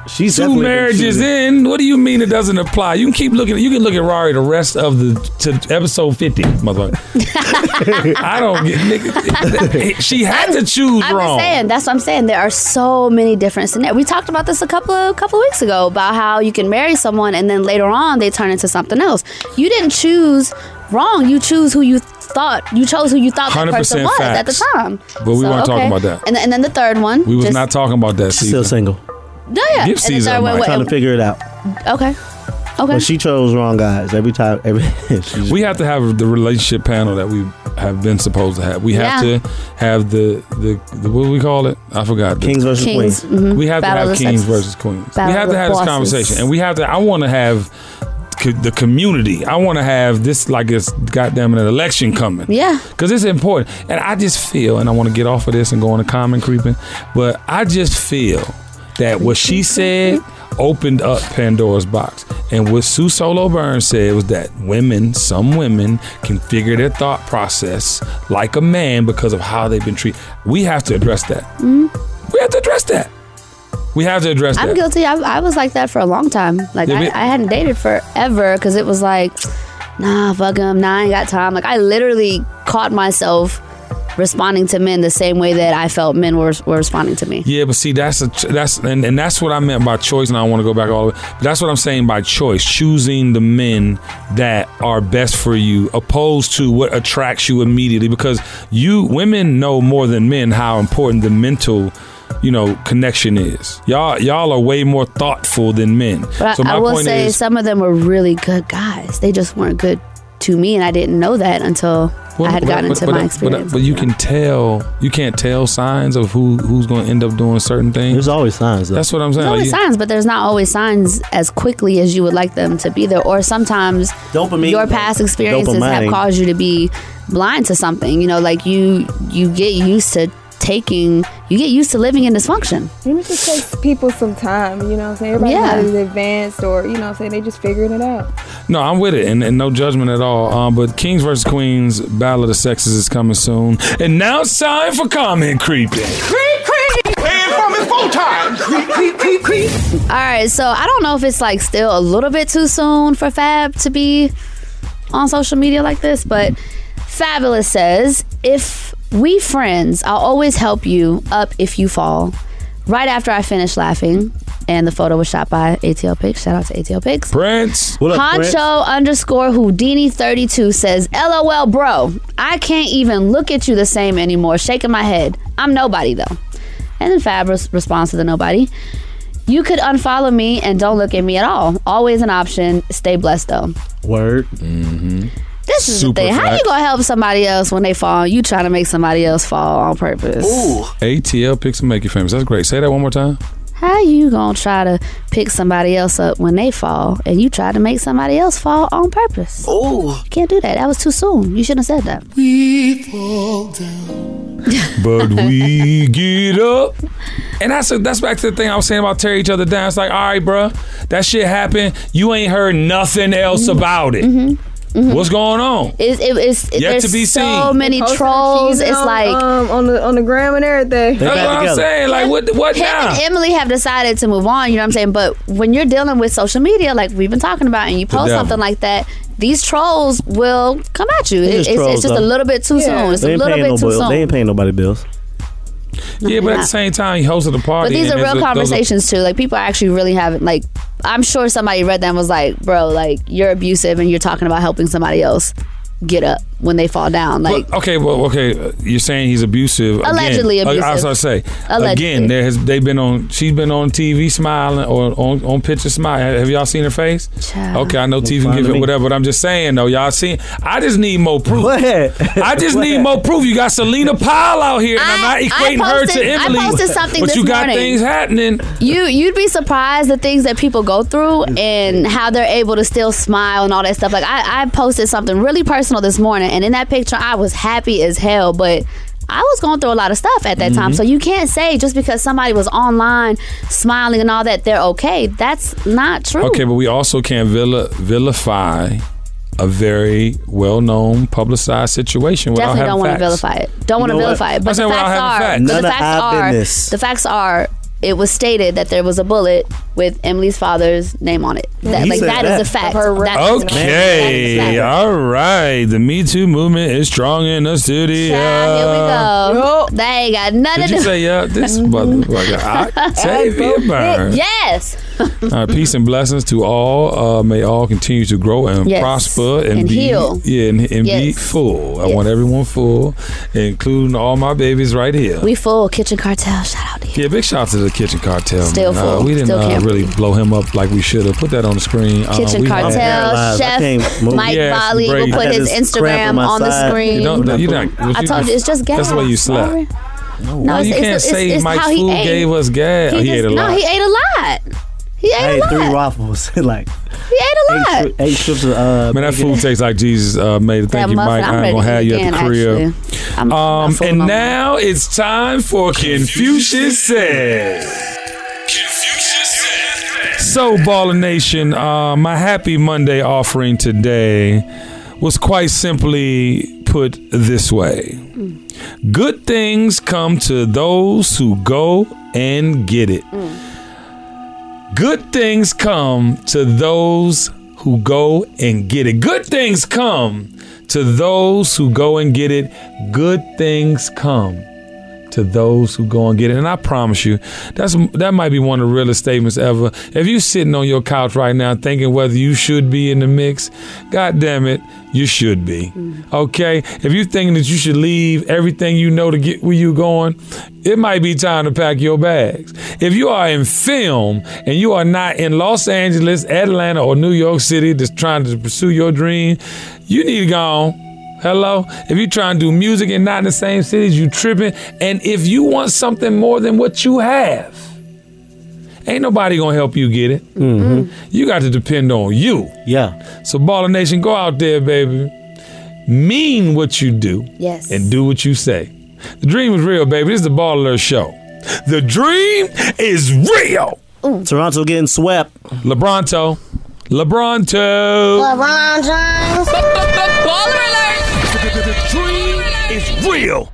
S2: she's
S1: two
S2: definitely been
S1: marriages
S2: cheating.
S1: in. What do you mean it doesn't apply? You can keep looking. You can look at Rari the rest of the to episode fifty, motherfucker. I don't get. Nigga, she had to choose
S8: I'm
S1: wrong.
S8: just saying. That's what I'm saying. There are so many different scenarios. We talked about this a couple of couple of weeks ago about how you can marry someone and then later on they turn into something else. You didn't choose wrong. You choose who you thought. You chose who you thought that person
S1: 100%
S8: was at the
S1: facts.
S8: time.
S1: But we weren't talking about that.
S8: And, and then the third one.
S1: We was
S8: just-
S1: not talking about that. Still
S2: single.
S8: No, yeah.
S1: Give
S8: and the
S1: Caesar
S8: third
S1: a
S8: one.
S1: mic.
S8: what-
S2: trying to figure it out.
S8: Okay. Okay.
S2: But she chose wrong guys every time. Every
S1: We have to have the relationship panel that we have been supposed to have. We have
S8: Yeah.
S1: to have the, the the what do we call it? I forgot. The-
S2: Kings versus Kings,
S8: Mm-hmm.
S2: queens. mhm.
S1: We have
S2: Battle of
S1: to have
S2: the
S1: kings
S2: sexes.
S1: versus queens.
S2: Battle
S1: we have to
S2: of
S1: have
S2: bosses.
S1: this conversation, and we have to. I want to have co- the community. I want to have this like it's goddamn an election coming.
S8: Yeah.
S1: Because it's important. And I just feel, and I want to get off of this and go on a comment creeping, but I just feel that what she said opened up Pandora's box. And what Sue Solo Burns said was that women, some women, can figure their thought process like a man because of how they've been treated. We have to address that. We have to address that. We have to address
S8: I'm
S1: that.
S8: guilty. I, I was like that for a long time. Like
S1: Yeah,
S8: I,
S1: but-
S8: I hadn't dated forever because it was like, nah, fuck him. Nah, I ain't got time. Like I literally caught myself responding to men the same way that I felt men were, were responding to me.
S1: Yeah, but see, that's a ch- that's and, and that's what I meant by choice. And I want to go back all the way. But that's what I'm saying by choice, choosing the men that are best for you, opposed to what attracts you immediately. Because you women know more than men how important the mental, you know, connection is. Y'all y'all are way more thoughtful than men.
S8: But I, I will say some of them were really good guys. They just weren't good to me, and I didn't know that until
S1: Well,
S8: I had
S1: but-
S8: gotten
S1: but-
S8: into
S1: but-
S8: my
S1: but-
S8: experience.
S1: But, you can tell you can't tell signs of who who's going to end up doing certain things. There's
S2: always signs. Though.
S1: That's what I'm saying.
S8: There's
S1: Like,
S8: always
S1: you-
S8: signs, but there's not always signs as quickly as you would like them to be there. Or sometimes
S2: Dopamine-
S8: your past experiences have
S2: dopamine.
S8: caused you to be blind to something. You know, like you you get used to taking, you get used to living in dysfunction.
S9: You know, it just takes people some time, you know what I'm saying? Everybody
S8: Yeah.
S9: not as advanced or, you know what I'm saying? They just figuring it out.
S1: No, I'm with it, and, and no judgment at all. Um, but Kings versus Queens, Battle of the Sexes is coming soon, and now it's time for comment creeping.
S3: Creep, creep! And from it four times! Creep, creep, creep, creep!
S8: All right, so I don't know if it's like still a little bit too soon for Fab to be on social media like this, but Fabulous says, if we friends, I'll always help you up if you fall. Right after I finished laughing, and the photo was shot by ATL Pics. Shout out to ATL Pics.
S1: Prince. What
S8: Honcho underscore Houdini32 says, LOL, bro, I can't even look at you the same anymore. Shaking my head. I'm nobody, though. And then Fab res- responds to the nobody. You could unfollow me and don't look at me at all. Always an option. Stay blessed, though.
S2: Word. Mm-hmm.
S8: This is
S1: Super
S8: the thing. How you
S1: facts.
S8: gonna help somebody else when they fall? You trying to make somebody else fall on purpose?
S1: ATL picks and make you famous. That's great. Say that one more time.
S8: How you gonna try to pick somebody else up when they fall, and you try to make somebody else fall on purpose?
S1: Oh.
S3: Ooh.
S8: you can't do that. That was too soon. You shouldn't have said that.
S3: We fall down.
S1: But we get up, and that's a, that's back to the thing I was saying about tear each other down. It's like, all right, bruh, that shit happened. You ain't heard nothing else
S8: Mm-hmm.
S1: about it. What's going on?
S8: It's, it, it's
S1: Yet
S8: there's
S1: to be
S8: so
S1: seen.
S8: many
S9: Posting
S8: trolls.
S9: cheese
S8: It's
S9: on,
S8: like
S9: um, on the on the gram and everything.
S1: That's what I'm saying. Like, what what
S8: him
S1: now?
S8: and Emily have decided to move on. You know what I'm saying? But when you're dealing with social media, like we've been talking about, and you
S1: The
S8: post
S1: devil.
S8: something like that, these trolls will come at you. It-
S2: is
S8: it's, it's
S2: trolls,
S8: just
S2: though.
S8: a little bit too soon. It's
S2: They
S8: a
S2: ain't
S8: little
S2: paying
S8: bit
S2: no
S8: too
S2: bills. They
S8: soon.
S2: ain't paying nobody bills.
S1: yeah, but at
S8: not.
S1: the same time, he hosted a
S8: But
S1: party.
S8: these
S1: and
S8: are
S1: there's
S8: real
S1: a- those
S8: conversations too. Like people are actually really having like. I'm sure somebody read that and was like, "Bro, like you're abusive and you're talking about helping somebody else get up when they fall down." Like
S1: But, okay, well, okay, uh, you're saying he's abusive. again.
S8: Allegedly
S1: Uh,
S8: abusive.
S1: As I say,
S8: Allegedly.
S1: again, there has they've been on. She's been on TV smiling or on on picture smiling. Have y'all seen her face?
S8: Child.
S1: Okay, I know TV
S2: fine
S1: can give
S2: to
S1: it
S2: me.
S1: whatever, but I'm just saying though, y'all seen. I just need more proof. I just need more proof. You got Selena Pyle out here, and I, am not
S8: I- I
S1: equating her
S8: posted-
S1: to
S8: I
S1: Emily.
S8: posted something
S1: but
S8: this
S1: you got
S8: morning.
S1: things happening.
S8: You you'd be surprised the things that people go through and how they're able to still smile and all that stuff. Like I, I posted something really personal this morning And in that picture, I was happy as hell, but I was going through a lot of stuff at that time.
S13: Mhm.
S8: So you can't say just because somebody was online smiling and all that, they're okay. That's not true.
S1: Okay, but we also can't vil- vilify a very well-known, publicized situation without
S8: Definitely
S1: having
S8: don't want to
S1: facts.
S8: vilify it. Don't
S1: You
S8: want to
S1: know what?
S8: vilify it.
S1: I
S8: But
S1: said
S8: the
S1: without
S8: facts
S1: having
S8: are.
S1: facts.
S8: But
S1: None
S8: the
S1: of
S8: facts
S1: our
S8: are.
S1: business.
S8: The facts are. It was stated that there was a bullet with Emily's father's name on it. That,
S1: He
S8: like
S1: said
S8: that
S1: that.
S8: is a fact. That is a fact.
S1: Okay, all right. The Me Too movement is strong in the studio.
S8: Child, here we go. They ain't got none
S1: Did
S8: of
S1: you
S8: this.
S1: say yeah? This motherfucker Octavia Burns.
S8: Yes.
S1: All right, peace and blessings to all. Uh, may all continue to grow and
S8: Yes.
S1: prosper and,
S8: And
S1: be
S8: heal.
S1: Yeah, and, and be
S8: Yes.
S1: full. I
S8: Yes.
S1: want everyone full, including all my babies right here.
S8: We full kitchen cartel. Shout out.
S1: yeah, big shout out to the Kitchen Cartel.
S8: Still
S1: man. Uh,
S8: full.
S1: we didn't
S8: Still
S1: uh,
S8: can't
S1: really blow him up like we should have. Put that on the screen. Uh,
S8: Kitchen
S1: we had-
S8: Cartel Chef Mike Volley will put his Instagram on the screen.
S1: You don't, you don't,
S8: I
S1: you-
S8: told you it's just gas.
S1: That's the way you slept.
S8: Sorry.
S1: No,
S8: No,
S1: you
S8: it's-
S1: can't
S8: it's-
S1: say
S8: it's- it's
S1: Mike's
S8: how he
S1: food
S8: ate.
S1: gave us gas.
S8: He,
S1: Oh, He,
S8: just,
S1: ate a lot.
S8: No, he ate a lot. He ate
S2: I
S8: a
S2: ate
S8: lot.
S2: three waffles. like
S8: He ate a lot.
S2: eight, eight strips of. Uh,
S1: Man, that food tastes like Jesus uh, made it. Thank
S8: That
S1: you,
S8: muffin,
S1: Mike.
S8: I'm
S1: I
S8: ready
S1: ain't gonna
S8: to
S1: have
S8: eat
S1: you at
S8: again,
S1: the crib.
S8: actually.
S1: um, and now it's time for Confucius Says. So, Baller Nation, uh, my happy Monday offering today was quite simply put this way
S8: Mm.
S1: Good things come to those who go and get it. Good things come to those who go and get it. Good things come to those who go and get it. Good things come to those who go and get it. And I promise you, that's that might be one of the realest statements ever. If you sitting on your couch right now thinking whether you should be in the mix, god damn it, you should be. Okay? If you thinking that you should leave everything you know to get where you going, it might be time to pack your bags. If you are in film and you are not in Los Angeles, Atlanta, or New York City just trying to pursue your dream, you need to go on. Hello? If you trying to do music and not in the same cities, you tripping. And if you want something more than what you have, ain't nobody gonna help you get it. You got to depend on you. Yeah. So Baller Nation, go out there, baby. Mean what you do.
S8: Yes.
S1: And do what you say. The dream is real, baby. This is the Baller Show. The dream is real.
S2: Toronto getting swept.
S1: LeBronto. LeBronto.
S13: LeBron James. Baller alert.
S1: Dream is real.